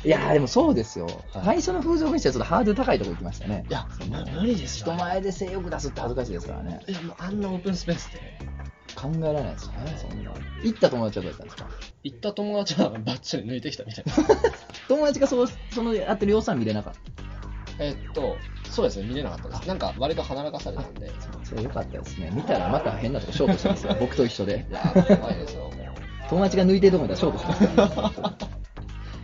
いやーでもそうですよ。最初の風俗にしてはちょっとハードル高いとこ行きましたねい。や、ま無理ですよ。人前で性欲出すって恥ずかしいですからね。いや、もうあんなオープンスペースで。考えられないですよね、そんな。行った友達はどうやったんですか行った友達はバッチリ抜いてきたみたいな。 友達がそうそのやってる様子は見れなかった。えっと、そうですね、見れなかったです。なんか、割と離らかされたんで。それよかったですね。見たらまた変なとこショートしてますよ。 僕と一緒でい。やー、怖いです よ。友達が抜いてるとこ見たらショートしてますよ。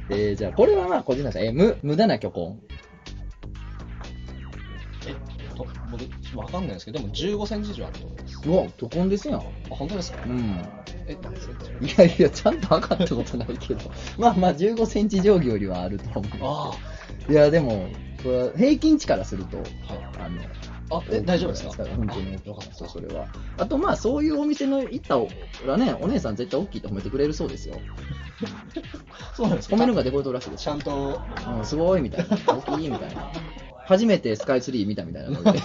えー、じゃあ、これはまあ個人なんですえー無、無駄な虚婚。えっと、僕、わかんないですけど、でも15センチ以上あると思います。うわ、虚婚ですやん。あ、本当ですかうん。え、何センチいやいや、ちゃんと測ったことないけど、 まあまあ15センチ定規よりはあると思う。あいや、でも、これは平均値からすると、あ、はい。あの、あ、え、大丈夫ですか本当にあよかっそうた。それは。あと、まあ、そういうお店の行ったらね、お姉さん絶対大きいと褒めてくれるそうですよ。そうなんですか褒めるのがデコルトらしいですちゃんと、うん、すごいみたいな。大きいみたいな。初めてスカイツリー見たみたいな ので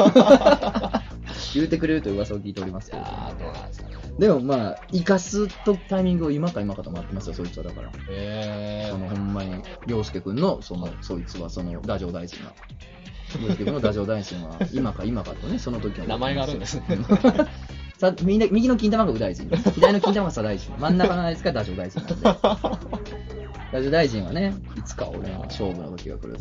言うてくれるという噂を聞いておりますけれども。あー、どうなんですかね。でもまあ、生かすとタイミングを今か今かと回ってますよ、そいつはだから。えそのー、ほんまに、凌介君の、その、そいつは、その、ラジオ大臣が。凌介君のラジオ大 臣は、今か今かとね、その時の。名前があるんですね。 さみんな右の金玉が右大臣、左の金玉が左大臣、真ん中のあいつがダジョ大臣なんで。ダジョ大臣はね、いつか俺の勝負の時が来る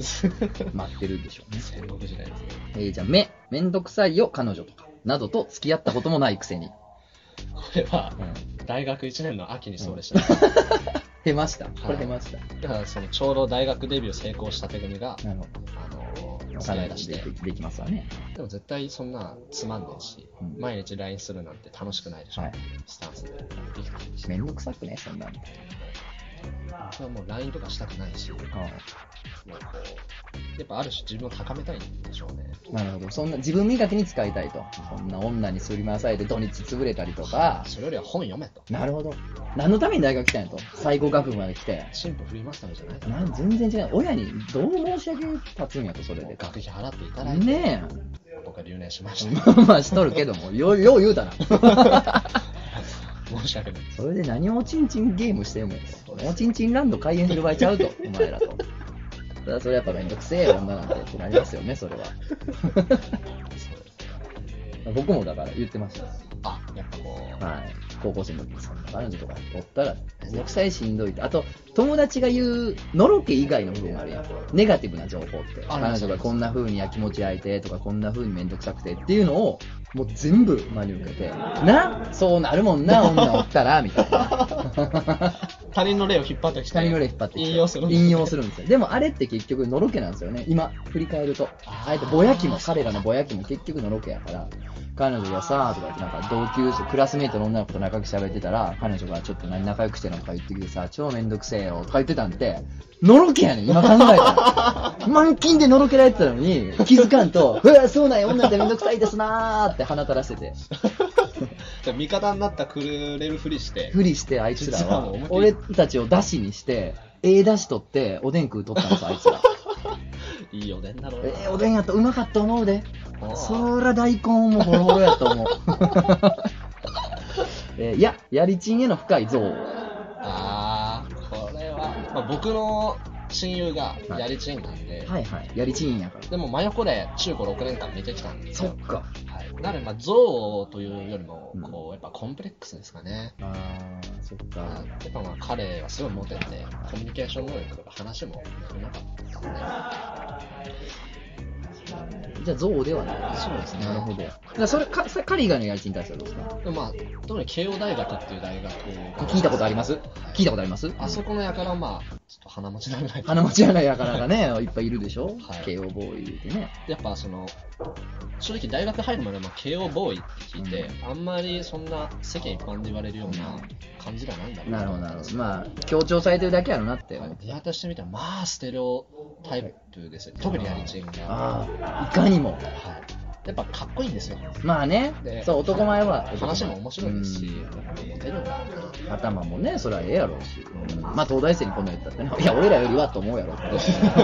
と待ってるでしょうね。戦国時代ですね。えー、じゃあ、目、めんどくさいよ、彼女とか、などと付き合ったこともないくせに。これは、うん。大学1年の秋にそうでした、へました。これへました。だからそのちょうど大学デビュー成功した手組が、なるほあのど。付き合幼いい出ししてでできますわね。でも絶対そんなつまんねえし、うん毎日 LINE するなんて楽しくないでしょ、はいスタンスで生きてきてるしめんどくさくね、そんなん。僕はもう LINE とかしたくないし、もうこああう、やっぱある種自分を高めたいんでしょうね。なるほど。そんな、自分磨きに使いたいと。そんな女にすり回されて土日潰れたりとか。それよりは本読めと。なるほど。何のために大学来たんやと。最高学部まで来て。進歩振りましたのじゃないかな。なん全然違う。親にどう申し訳立つんやと、それもうで。学費払っていただいて、ね僕は留年しまえ。した。まあまあしとるけども、よう、よう言う たな。申し訳ない。それで何をおちんちんゲームしてんのやと。おちんちんランド開園する場合ちゃうと、お前らと。ただそれやっぱめんどくせえ女なんてってなりますよね、それ は。そうです僕もだから言ってました。あ、やっぱこう、はい、高校生の時にそんな彼女とかおったら、めんどくさいしんどいって、あと、友達が言う、のろけ以外の部分あるやん、ネガティブな情報って、あ彼女がこんな風にやきもち焼いてとか、こんな風にめんどくさくてっていうのを、もう全部真に受けて、な、そうなるもんな、女おったら、みたいな。 他人の例を引っ張ってきて、下にぐらい引っ張ってきて引用するんですね引用するんですよ。でもあれって結局のろけなんですよね。今、振り返ると。ああーえてぼやきも、彼らのぼやきも結局のろけやから、彼女がさーとか言って、なんか同級生、クラスメイトの女の子と仲良く喋ってたら、彼女がちょっと何仲良くしてんのとか言ってきてさ、超めんどくせえよとか言ってたんで、のろけやねん、今考え たら。満勤でのろけられてたのに、気づかんと、うわ、そうなんや、女ってめんどくさいですなーって鼻垂らしてて。 じゃあ味方になったクルレルふりして、ふりしてあいつら実はもはう思いっきり俺たちを出しにしてええ出し取っておでん食うとったんですあいつらいいおでんだろうな。ええおでんやったらうまかったと思うでああそら大根もボロボロやと 思う、えーいややりちんへの深い憎悪あー、これは、まあ、僕の親友がやりちんなんで、はいはい。やりちんやから。でも真横で中高6年間見てきたんで、そっか。はい、なので、まあ、憎悪というよりもうん、こう、やっぱコンプレックスですかね。あー、そっやか。っぱまあ彼はすごいモテて、コミュニケーション能力とか話もうまかったですね。じゃあ、憎悪ではない。そうですねなるほど。だからそれ、かそれ彼以外のやりちんに対してはどうですかでもまあ、特に慶応大学っていう大学が聞いたことあります聞いたことありますあそこのやからまあ、ちょっと鼻持ちなぐらい。花持ち柳やからがね、いっぱいいるでしょはい慶応ボーイ言うてね。やっぱその、正直大学入るまではまあ慶応ボーイって聞いて、あんまりそんな世間一般で言われるような感じではないんだろうなるとほど、思っなたんるほでど。すけまあ、強調されてるだけやろなってど。思っはいて。見渡してみたら、まあ、ステレオタイプですよ。特にやりちんが。ああ、いかにも。はい。やっぱかっこいいんですよ。まあねで、そう、男前は。話も面白いですし、うんやっぱモテ るんだな頭もね、そりゃええやろうし、まあ東大生にこんなん言ったってね、いや、俺らよりはと思うやろって。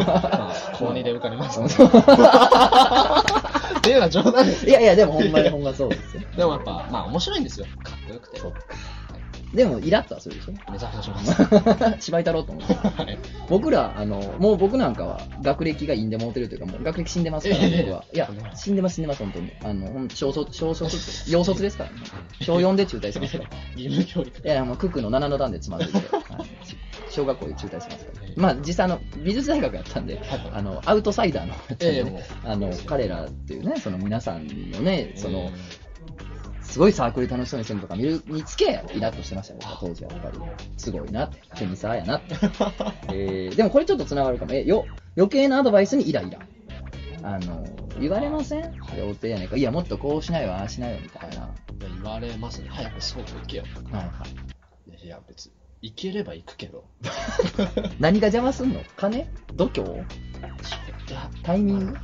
高2で受かりました、っていうのは冗談で すいやいや、でもほんまにほんまそうですよ。 でもやっぱ、まあ面白いんですよ。かっこよくて。でも、イラッとはするでしょ めちゃくちゃします。芝居太郎と思って。はい僕ら、あの、もう僕なんかは学歴がいいんでもうてるというか、もう学歴死んでますから、いやいやいや僕は。いや、死んでます、死んでます、本当に。あの、ほん小卒、小卒、幼卒ですからね。小4で中退してますから。義務教育。いや、もうクックの7の段でつ まずいて、はい小学校で中退してますから。まあ、実際、あの、美術大学やったんで、あの、アウトサイダーのやつええでもうね、あの、彼らっていうね、その皆さんのね、 その、うんすごいサークル楽しそうにしてるのとか見るにつけ、イラッとしてましたよ、僕は当時はやっぱり。すごいなって、テニサーやなって。えーでもこれちょっとつながるかも。え、よ、余計なアドバイスにイライラ。あの、言われません童貞やねんか。いや、もっとこうしないわ、ああしないよ、みたいな。いや言われますね。早くそう行けよ。はいはい。いや、別に。行ければ行くけ ど。何が邪魔すんの金度胸いや、タイミング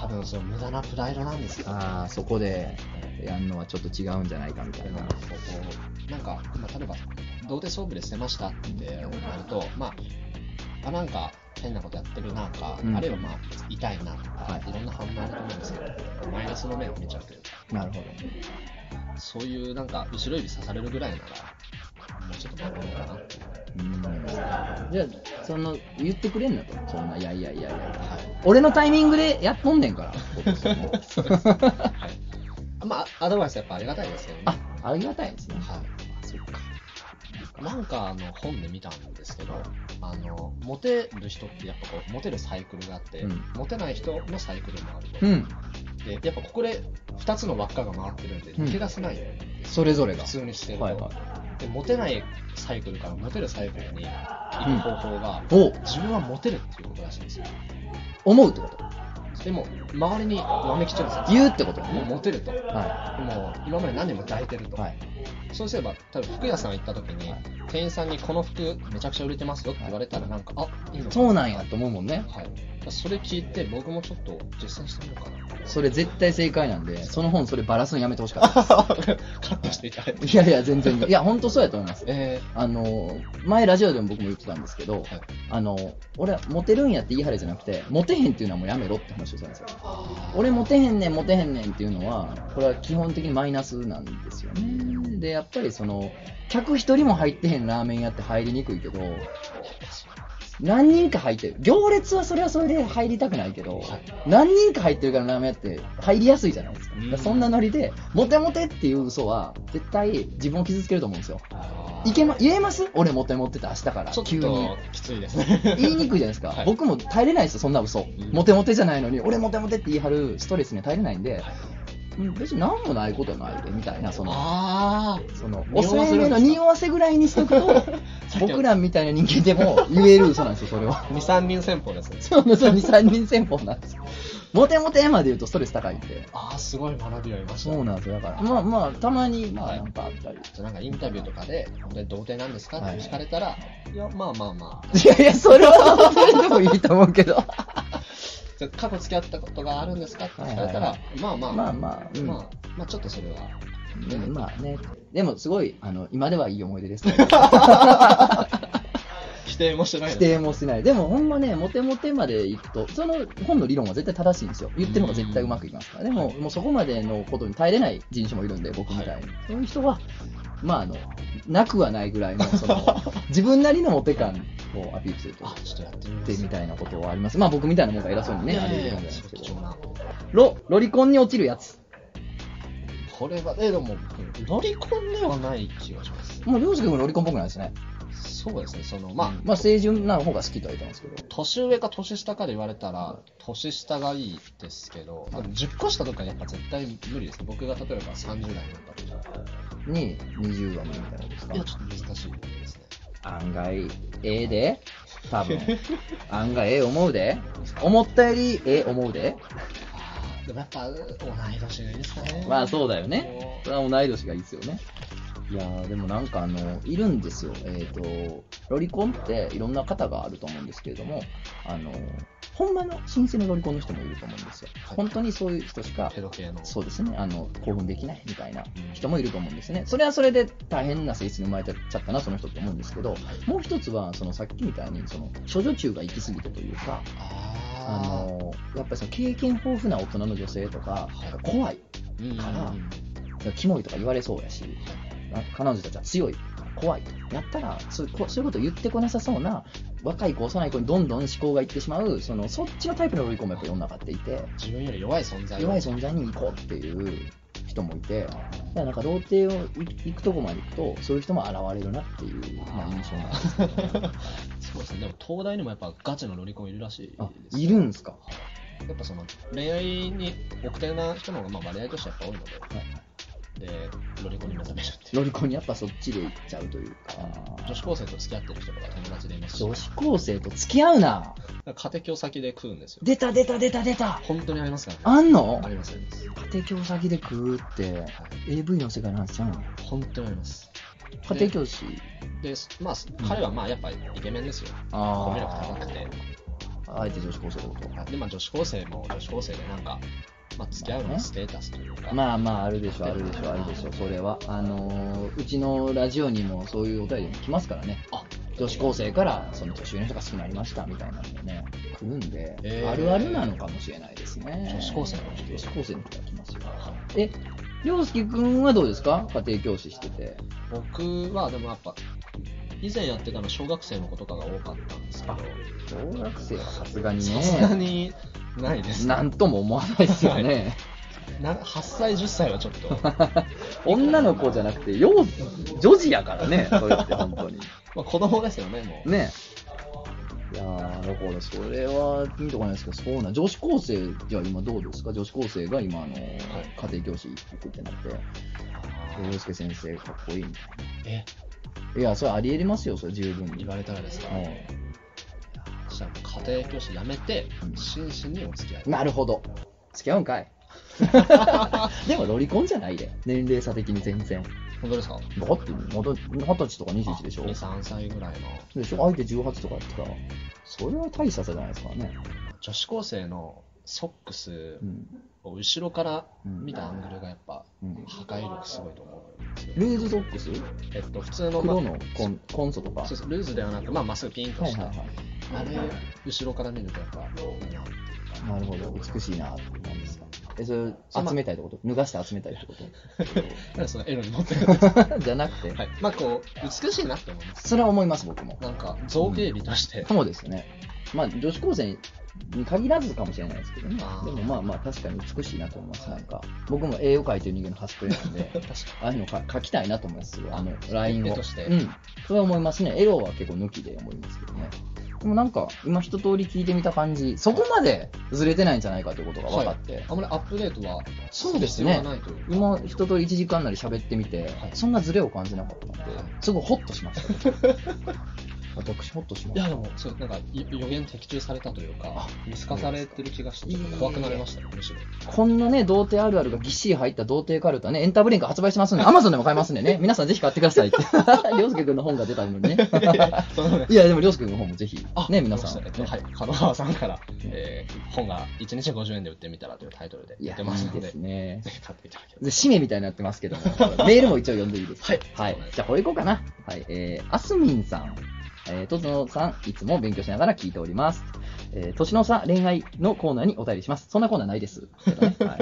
多分その無駄なプライドなんですよ。ああ、そこでやるのはちょっと違うんじゃないかみたでいなんなか。こうなんか、まあ、例えば、童貞装備で捨てましたってなると、まあ、あなんか変なことやってるなんか、うんあるいはまあ痛いなとか、はいい、ろんな反応あると思うんですけど、マイナスの面を見ちゃうというか、なるほど。そういうなんか後ろ指刺されるぐらいなら、もうちょっと守ろうかなっていう。うん。じゃあ、その、言ってくれんなと。そんな、いやいやいやいや。 はい俺のタイミングでやっとんねんから。 はいまあ、アドバイスやっぱありがたいですけどね。あ、ありがたいですね。はいそっか。なんかあの本で見たんですけど、あのモテる人ってやっぱこうモテるサイクルがあって、うんモテない人のサイクルもあると、うん。でやっぱここで2つの輪っかが回ってるんでうん抜け出せないよ、それぞれが普。通にしてると、はいはい。でモテないサイクルからモテるサイクルに行く方法が、お自分はモテるっていうことらしいんですよ思うってことでも周りにわめきちゃうんです言うってことよもうモテるともうは今まで何年も抱いてるい。と、はい。そうすれば、多分服屋さん行った時に、店員さんにこの服めちゃくちゃ売れてますよって言われたら、なんか、あ、いいのかそうなんやと思うもんね。はい。だからそれ聞いて、僕もちょっと実践してみよう かな。それ絶対正解なんで、その本それバラすのやめてほしかっカットしていただいた。て。 いやいや、全然。いや、ほんとそうやと思います。えあの、前ラジオでも僕も言ってたんですけど、はいあの、俺はモテるんやって言い張れじゃなくて、モテへんっていうのはもうやめろって話をしたんですよ。俺モテへんねん、モテへんねんっていうのは、これは基本的にマイナスなんですよね。で、やっぱりその、客一人も入ってへんラーメン屋って入りにくいけど、何人か入ってる。行列はそれはそれで入りたくないけど、はい何人か入ってるからラーメン屋って入りやすいじゃないですか。うんだからそんなノリで、モテモテっていう嘘は、絶対自分を傷つけると思うんですよ。いけま、言えます俺モテモテって明日からちょっ急に。ときついですね。 言いにくいじゃないですか、はい僕も耐えれないですよ、そんな嘘、んモテモテじゃないのに、俺モテモテって言い張るストレスには耐えれないんで、うん別に何もないことはないでみたいな、その、あその匂おわせ添えるんですか目の匂わせぐらいにしとくと、 僕らみたいな人間でも言える嘘なんですよ、それはあ。。 二三人戦法ですね。そうなんですよ、2、3人戦法なんですよ。モテモテまで言うとストレス高いんで。ああ、すごい学びを得ました。そうなんですよ、だから、まあまあ、たまに、まあ、なんかあったり。じゃあなんかインタビューとかで、本当に童貞なんですかっはいて聞かれたら、いや、まあまあまあ。いやいや、それはそれでもいいと思うけど。じゃあ過去付き合ったことがあるんですかって聞かれたはらい、まあまあまあまあうんまあ、まあちょっとそれは。うんまあね、でもすごい、あの、今ではいい思い出 ですね。否定もしてない否定もしない。でもほんまね、モテモテまで行くと、その本の理論は絶対正しいんですよ。言ってるのが絶対うまくいきますから。でも、もうそこまでのことに耐えれない人種もいるんで、僕みたいに。そう いう人は、まあ、あの、なくはないぐらいの、その、自分なりのモテ感こうアピールするとあ、ちょっとやってみま。ですみたいなことはあります。まあ僕みたいなもんが偉そうにね、いあやりいやいえるやんですそっけちど。もな。ロ、ロリコンに落ちるやつ。これは、え、でも、乗り込んではない気がします。もう、りょうすけ君ロリコンっぽくないですね。そうですね、その、まあ、まあ、清純な方が好きとは言ってますけど。年上か年下かで言われたら、年下がいいですけど、でも10個下とかやっぱ絶対無理ですね。僕が例えば30代になったとしたに、20話もみたいなことですら、いや、か。ちょっと難しいですね。案外、ええで。多分。案外、ええ思うで。思ったより、ええ思うで。あーでもやっぱ、同い年がいいですかね。まあ、そうだよね。それは同い年がいいですよね。いやーでもなんかあの、いるんですよ。えっ、と、ロリコンっていろんな方があると思うんですけれども、あの、ほんまの新鮮なロリコンの人もいると思うんですよ。はい本当にそういう人しかペド系の。そうですね、あの興奮できないみたいな人もいると思うんですね、それはそれで大変な性質に生まれちゃったな、その人って思うんですけど、もう一つは、そのさっきみたいに、その処女中が行き過ぎてというか、ああーのやっぱりその経験豊富な大人の女性とか、なんか怖い、うんからキモいとか言われそうやし、な彼女たちは強い、怖いとなったらそういうこ、そういうこと言ってこなさそうな、若い子、幼い子にどんどん思考がいってしまう、そのそっちのタイプのロリコンもやっぱり世の中っていて。自分より弱い存在を弱い存在に行こうっていう人もいて、だからなんか童貞を行くとこまで行くと、そういう人も現れるなっていう、まあ、印象が そうですね、でも東大にもやっぱガチのロリコンいるらしいですあね、いるんですか、やっぱその恋愛に奥手な人の方がまあ割合としてやっぱ多いので、でロリコンに目覚める っていう。ロリコンにやっぱそっちで行っちゃうというか、女子高生と付き合ってる人とか友達でいますし、女子高生と付き合うな、なんか家庭教先で食うんですよ。出た出た出た出た、本当にありますからね。あんのあります、あります。家庭教師先で食うって、は AV の世界の話ちゃうのい、本当にあります。家庭教師、で、まあ、彼はまあやっぱイケメンですよ。コミュ力あ高くて。あ、あえて女子高生ってことで、まあ女子高生も女子高生でなんか、まあ付き合うのがステータスというか、まあまあ、あるでしょ、あるでしょ、あるでしょ、それは。あのーうちのラジオにもそういうお便りも来ますからね。あ女子高生から、その年上の人が好きになりましたみたいなのがね、来るんで、えーあるあるなのかもしれないですね。女子高生の人女子高生の人が来ますよ。え、りょうすけくんはどうですか家庭教師してて。僕はでもやっぱ、以前やってたの小学生の子とかが多かったんですけど、小学生はさすがにさね、すがにないですね。なんとも思わないですよね。な8歳、10歳はちょっと、ま 女の子じゃなくて、よう、女児やからね、それって本当に。あ子供ですよね、もう。ねいやーだからそれは見とかないですけど、そうなん、女子高生、じゃあ今どうですか、女子高生が今、あの家庭教師行くってなって、洋介先生、かっこいいみたいえ、な。いや、それありえますよ、それ十分に。言われたらですか、うそしたらもう家庭教師辞めてうん、真摯にお付き合いん。なるほど、付き合うんかい。 でもロリコンじゃないで、年齢差的に全然。本当ですかだって、まだ二十歳とか21でしょ ?2、3歳ぐらいのでしょ相手18とかやったら、それは大した差じゃないですからね。女子高生のソックスうん。を後ろからうん見たアングルがやっぱうん、破壊力すごいと思うんですよ。ルーズソックスえっと、普通の、まあ黒のコンコンソとか。そうですルーズではなく、まあ、まっすぐピンとはいしはいた、はあれ、後ろから見るとやっぱいいなっていうかい。なるほど。美しいなって感じですか。え、それ集めたいってこと脱がして集めたいってこだからそのエロに持ってるん です。と じゃなくて、はい。まあ、こう、美しいなって思います。それは思います、僕も。なんか、造形美として、かもですね。まあ、女子高生に限らずかもしれないですけどね。であーもまあまあ、確かに美しいなと思います。なんか、僕も絵を描いてる人間の端っこなんで、 確かああいうのか描きたいなと思います、すごいあの、ライン絵を。としてうん。それは思いますね。エロは結構抜きで思いますけどね。でもなんか、今一通り聞いてみた感じ、そこまでずれてないんじゃないかということが分かって。に、あんまりアップデートは、そうですね必要がないというか今、人と1時間なり喋ってみては、いそんなズレを感じなかったんではい、すごいホッとしました。 私、ホッとしましいや、た。でも、そう、なんか、い予言的中されたというか、見透かされてる気がして、ちょっと怖くなりましたね、むしろ。こんなね、童貞あるあるがぎっしり入った童貞カルタね、エンターブリンク発売してますんで、アマゾンでも買えますんでね、皆さんぜひ買ってください って。りょうすけくんの本が出たのにね。 そのねいや、でもりょうすけくんの本もぜひ、ね、わかり皆まさしたん。えっと、はい、角川さんから、 えー本が1日50円で売ってみたらというタイトルでい出や、てますいのいで、ですぜね。ひ買っていただければ。で、締めみたいになってますけども、メールも一応読んでいいですかはいはい。じゃあ、これいこうかな。はい。えー、あすみんさん。えー、とつのさん、いつも勉強しながら聞いております。えー、年の差恋愛のコーナーにお便りします。そんなコーナーないです。けどね。 は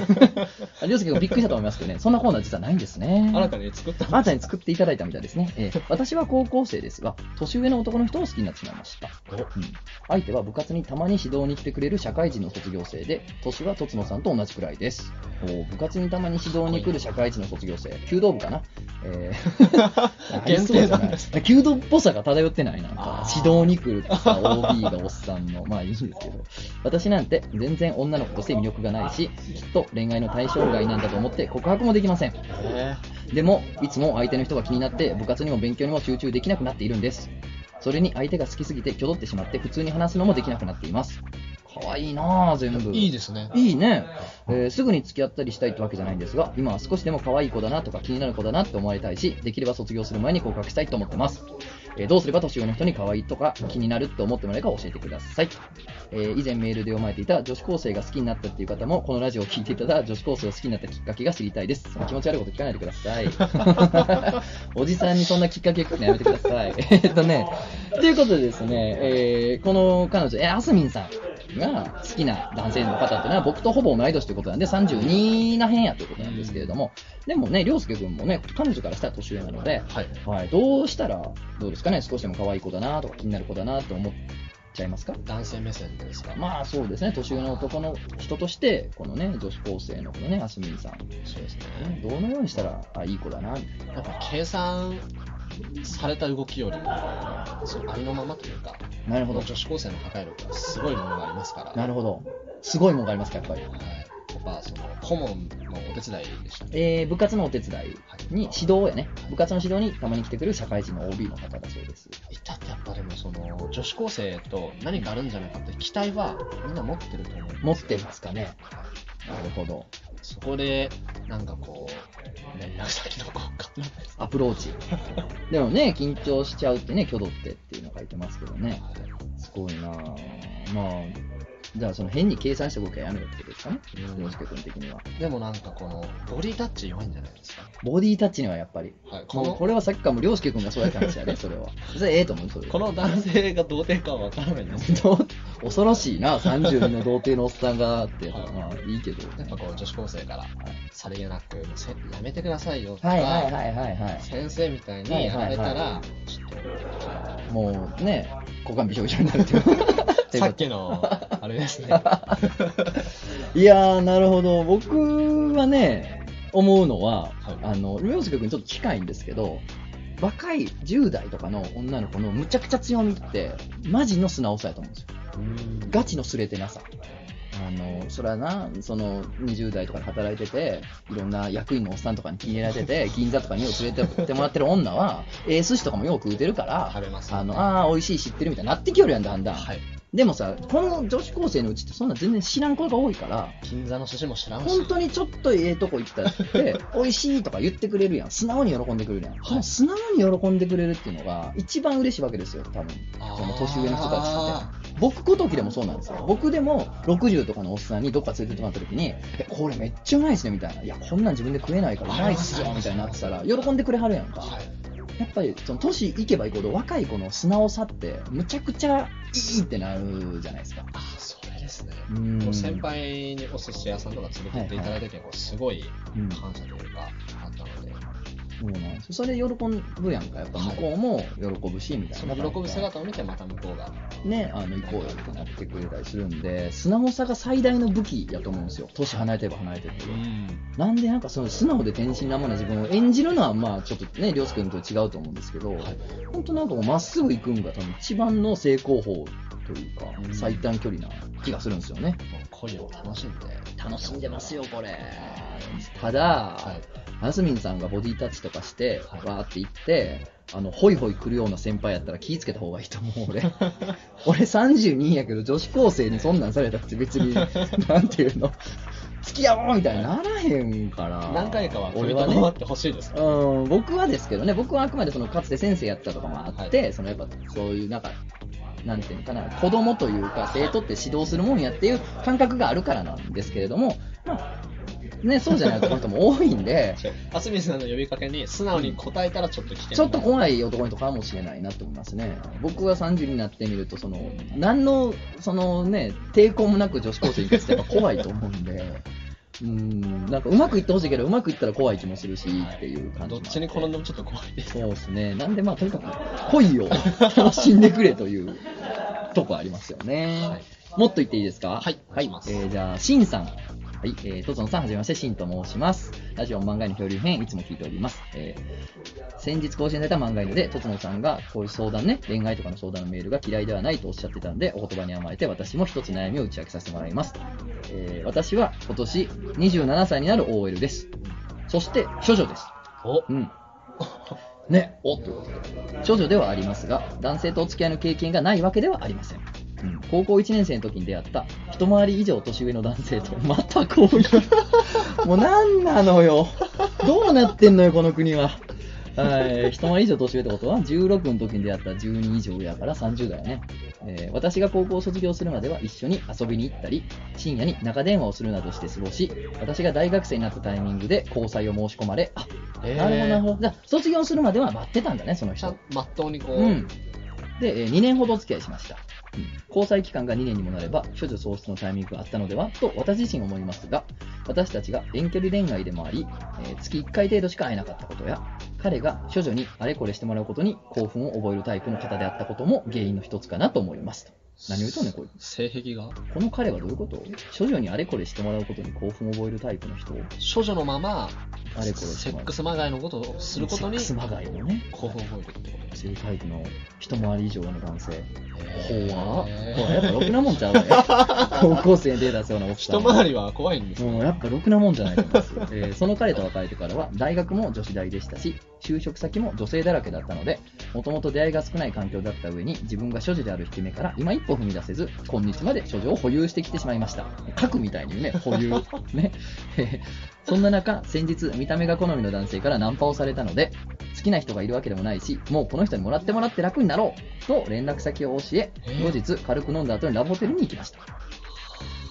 い。りょうすけ君びっくりしたと思いますけどね、そんなコーナー実はないんですね。新たに作った新たに作っていただいたみたいですね、えー私は高校生ですが、年上の男の人を好きになってしまいました。うん相手は部活にたまに指導に来てくれる社会人の卒業生で、年はとつのさんと同じくらいです。おー部活にたまに指導に来る社会人の卒業生、弓道部かな、えー限定なんですありそうじゃない弓道っぽさが漂ってない、なんあか、ー指導に来るとか、OB がおっさんの、まあいいんですけど、私なんて全然女の子として魅力がないし、きっと恋愛の対象外なんだと思って告白もできません。えでも、いつも相手の人が気になって、部活にも勉強にも集中できなくなっているんです。それに相手が好きすぎて、挙取ってしまって、普通に話すのもできなくなっています。かわいいなぁ、全部。いいですね。いいね、えーすぐに付き合ったりしたいってわけじゃないんですが、今は少しでも可愛い子だなとか気になる子だなって思われたいし、できれば卒業する前に告白したいと思ってます。えーどうすれば年上の人に可愛いとか気になるって思ってもらえるか教えてください。えー以前メールで読まれていた女子高生が好きになったっていう方も、このラジオを聞いていただ女子高生を好きになったきっかけが知りたいです。気持ち悪いこと聞かないでください。おじさんにそんなきっかけ聞くのやめてください。えっとね、ということでですね、えーこの彼女、えー、あすみんさんが好きな男性の方っていうのは、僕とほぼ同い年ということなんで、32な辺やということなんですけれども、でもね、涼介君もね、彼女からしたら年上なので、はい。はい、どうしたらどうですかね、少しでも可愛い子だなとか気になる子だなと思っちゃいますか男性目線ですか。まあそうですね、年上の男の人として、このね、女子高生のこのね、あすみんさん、そうですね。どのようにしたら、あ、いい子だな、みたいなやっぱ計算された動きよりも、そのありのままというか、なるこほのど、女子高生の破壊力はすごいものがありますから、なるほど、すごいものがありますか、やっぱり。はい、やっぱその顧問のお手伝いでしたね。えー部活のお手伝いに指導やね、部活の指導にたまに来てくる社会人の OB の方だそうです。いたってやっぱでもその女子高生と何かあるんじゃないかって期待はみんな持ってると思う。持ってますかね。はいなるほど。そこで、なんかこう、連絡先の交換なんです。アプロー チ。でもね、緊張しちゃうってね、挙動ってっていうの書いてますけどね。すごいなぁ。まあ、じゃあその変に計算した動きはやめろってことですかね。うん洋介君的には。でもなんかこの、ボディタッチ弱いんじゃないですか。ボディタッチにはやっぱり。はい、こもうのこれはさっきからもう涼介君がそうやった話やね、それ は。それええと思う、それ。この男性が童貞かはわからないんですけど、どう恐ろしいな、32の童貞のおっさんがって。まあいいけど。やっぱこう女子高生から、さりげなく、せやめてくださいよとか、はいはいはいはいはい。先生みたいにやられたら、ちょっもうね、股間びしょびしょになるっていう。と、さっきの、あれですね。いやー、なるほど。僕はね、思うのは、はいあの、りょうすけくんにちょっと近いんですけど、若い10代とかの女の子のむちゃくちゃ強みって、マジの素直さやと思うんですよ。ガチのすれてなさ。あの、そらな、その、20代とかで働いてて、いろんな役員のおっさんとかに気に入られて て、銀座とかによく連れてってもらってる女は、ええ寿司とかもよく食うてるから、食べますよあねの、ああ、美味しい知ってるみたいになってきよるやん、だんだん。はい。でもさ、この女子高生のうちってそんな全然知らん子が多いから、銀座の寿司も知らんし。本当にちょっとええとこ行ったって、 美味しいとか言ってくれるやん。素直に喜んでくれるやん。この素直に喜んでくれるっていうのが一番嬉しいわけですよ、多分。その年上の人たちって。僕ごときでもそうなんですよ。僕でも60とかのおっさんにどっか連れてってもらった時に、えこれめっちゃうまいっすね、みたいな。いや、こんなん自分で食えないからうまいっすよ、みたいになってたら、喜んでくれはるやんあかー。はい。やっぱりその年いけばいくほど若い子の素直さってむちゃくちゃいいってなるじゃないですか。あー、それですね。うんこう先輩にお寿司屋さんとか連れてっていただいた時はこうすごいうん感謝というかあったので、そうなんですよそれで喜ぶやんか、やっぱ向こうも喜ぶし、みたいそな。の喜ぶ姿を見てまた向こうがね、あの行こうよってなってくれたりするんで、素直さが最大の武器やと思うんですよ。年離れてれば離れてるほど。なんでなんかその素直で天真爛漫な自分を演じるのは、まあちょっとね、りょうすけ君と違うと思うんですけど、はい本当なんかもうまっすぐ行くんが多分一番の成功法というか、うん最短距離な気がするんですよね。もう恋を楽しんで楽しんでますよ、これ。ただ、はいあすみんさんがボディタッチとかして、はいわーって行って、あの、ホイホイ来るような先輩やったら気ぃつけた方がいいと思う、俺。 俺32やけど、女子高生にそんなんされたって別 に、なんていうの、付き合おうみたいにならへんから。何回かは踏俺みはとどまねっ。てほしいですねうん、僕はですけどね、僕はあくまでそのかつて先生やったとかもあって、そのやっぱそういうなんか、なんていうのかな、子供というか生徒って指導するもんやっていう感覚があるからなんですけれども、まあ、ね、そうじゃない男の人も多いんで、 あすみさんの呼びかけに素直に答えたらちょっと危険ちょっと怖い男の人かもしれないなって思いますね。僕は30になってみると、その、何の、そのね、抵抗もなく女子高生に行くってやっぱ怖いと思うんで、うん、なんかうまくいってほしいけど、うまくいったら怖い気もするし、っていう感じもあて。どっちに転んでもちょっと怖いですそうですね。なんでまあ、とにかく、来いよ楽しんでくれというとこありますよね。はいもっと言っていいですかはいはおい願いし。ますえー、じゃあ、シンさん。はい。えー、とつのさん、はじめまして、シンと申します。ラジオ漫画への漂流編、いつも聞いております。えー、先日更新された漫画犬で、とつのさんが、こういう相談ね、恋愛とかの相談のメールが嫌いではないとおっしゃってたんで、お言葉に甘えて、私も一つ悩みを打ち明けさせてもらいます。えー、私は今年27歳になる OL です。そして、処女です。おうん。ね、おっと。少女ではありますが、男性とお付き合いの経験がないわけではありません。うん高校1年生の時に出会った、一回り以上年上の男性と、またこういう。 もうなんなのよ。どうなってんのよ、この国は。はい、一回り以上年上ってことは、16の時に出会った12以上やから30代ね、えー私が高校を卒業するまでは一緒に遊びに行ったり、深夜に長電話をするなどして過ごし、私が大学生になったタイミングで交際を申し込まれ、あ、 えーなるほど、なるほど。じゃあ卒業するまでは待ってたんだね、そのちゃん人。まっとうにこう、うん。で、えー2年ほどお付き合いしました。うん交際期間が2年にもなれば、処女喪失のタイミングがあったのではと私自身思いますが、私たちが遠距離恋愛でもあり、えー月1回程度しか会えなかったことや、彼が処女にあれこれしてもらうことに興奮を覚えるタイプの方であったことも原因の一つかなと思いますと。何を言うとんねんこれ。性癖がこの彼はどういうこと処女にあれこれしてもらうことに興奮を覚えるタイプの人を処女のままあれこれしてセもッらうク。スまがいのことをすることにセックスまがいをね。興奮を覚えるってこそういうタイプの一回り以上の男性。と怖っへーほら、やっぱろくなもんちゃう ね。高校生に手出すようなおっさ一んは。回りは怖いんですよもうやっぱろくなもんじゃないと思います、えーその彼と別れてからは大学も女子大でしたし就職先も女性だらけだったのでもともと出会いが少ない環境だった上に自分が所持である引き目から今一歩踏み出せず今日まで所持を保有してきてしまいました書くみたいにね保 有ね、えーそんな中先日見た目が好みの男性からナンパをされたので好きな人がいるわけでもないしもうこの人にもらってもらって楽になろうと連絡先を教ええー後日軽く飲んだ後にラブホテルに行きました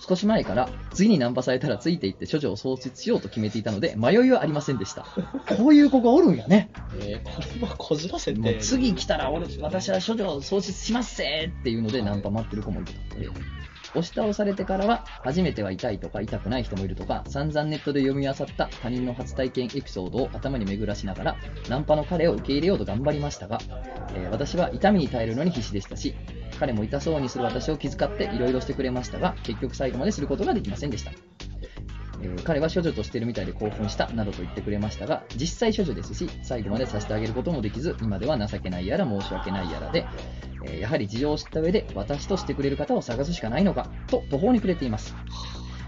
少し前から次にナンパされたらついていって処女を創設しようと決めていたので迷いはありませんでした こういう子がおるんやねえーこれもこじらせもうて次来たら俺私は処女を創設しますぜっていうのでナンパ待ってる子もいると、で押し倒されてからは初めては痛いとか痛くない人もいるとか散々ネットで読み漁った他人の初体験エピソードを頭に巡らしながらナンパの彼を受け入れようと頑張りましたが、えー私は痛みに耐えるのに必死でしたし彼も痛そうにする私を気遣っていろいろしてくれましたが結局最後まですることができませんでしたえー彼は処女としてるみたいで興奮したなどと言ってくれましたが実際処女ですし最後までさせてあげることもできず今では情けないやら申し訳ないやらで、えーやはり事情を知った上で私としてくれる方を探すしかないのかと途方に暮れています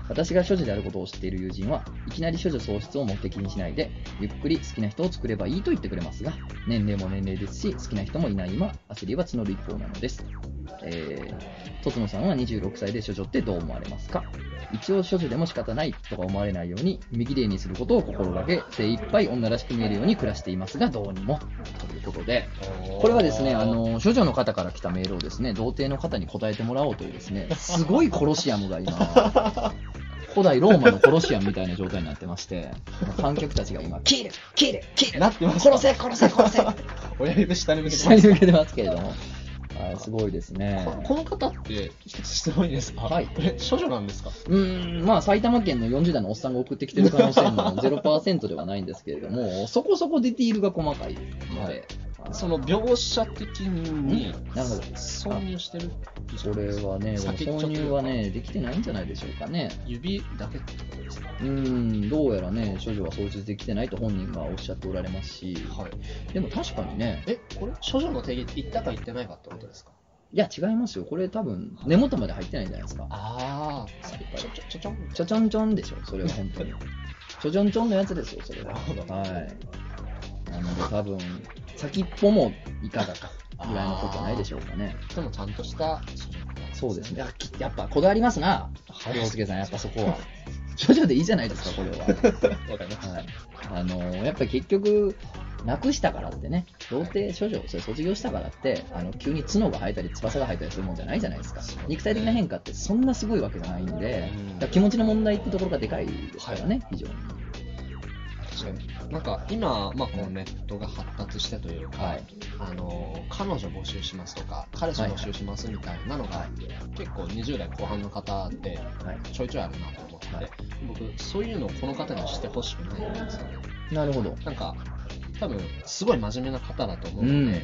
私が処女であることを知っている友人はいきなり処女喪失を目的にしないでゆっくり好きな人を作ればいいと言ってくれますが年齢も年齢ですし好きな人もいない今焦りは募る一方なのですえー、とつのさんは26歳で処女ってどう思われますか一応処女でも仕方ないとか思われないように右例にすることを心がけ精一杯女らしく見えるように暮らしていますがどうにもということでこれはですねあの処女の方から来たメールをですね童貞の方に答えてもらおうというですねすごいコロシアムが今 古代ローマのコロシアムみたいな状態になってまして観客たちが今「キルキルキルなってます殺せ殺せ殺 せ!」って親指下に向けて下まにす向けてますけれどもあーすごいですねここの方って一つ質問いいですかはいえ処女なんですかうーん、まあ、埼玉県の40代のおっさんが送ってきてる可能性も0%では ないんですけれども、そこそこディティールが細かいので、その描写的になるほど挿入してるこれはね、もう先っちょ挿入はね、できてないんじゃないでしょうかね。指だけってことですかうーん、どうやらね、処女は創設できてないと本人がおっしゃっておられますし、はいでも確かにね、えこれ処女の定義って言ったか言ってないかってことですかいや、違いますよ。これ多分、根元まで入ってないんじゃないですか。ああちょちょちょちょんちょちょんちょんでしょ、それは本当に。ちょちょんちょんのやつですよ、それは。なるほどはい。なので多分、先っぽもいかがかぐらいのことないでしょうかね。でもちゃんとしたそうですね。 いやきやっぱこだわりますな、はい洋介さん、やっぱそこは。徐々でいいじゃないですか、これは。わかりましたはい、あのーやっぱり結局、なくしたからってね、童貞処女、それ卒業したからって、あの急に角が生えたり、翼が生えたりするもんじゃないじゃないですか、肉体的な変化ってそんなすごいわけじゃないんでうん、だから気持ちの問題ってところがでかいですからね、非常に。確かになんか今、まあ、このネットが発達してというか、はいあの彼女募集しますとか彼氏募集しますみたいなのが、結構20代後半の方ではいちょいちょいあるなと思ってて、はい僕そういうのをこの方にしてほしくないんですよねなるほど。なんか多分すごい真面目な方だと思ううので、ん。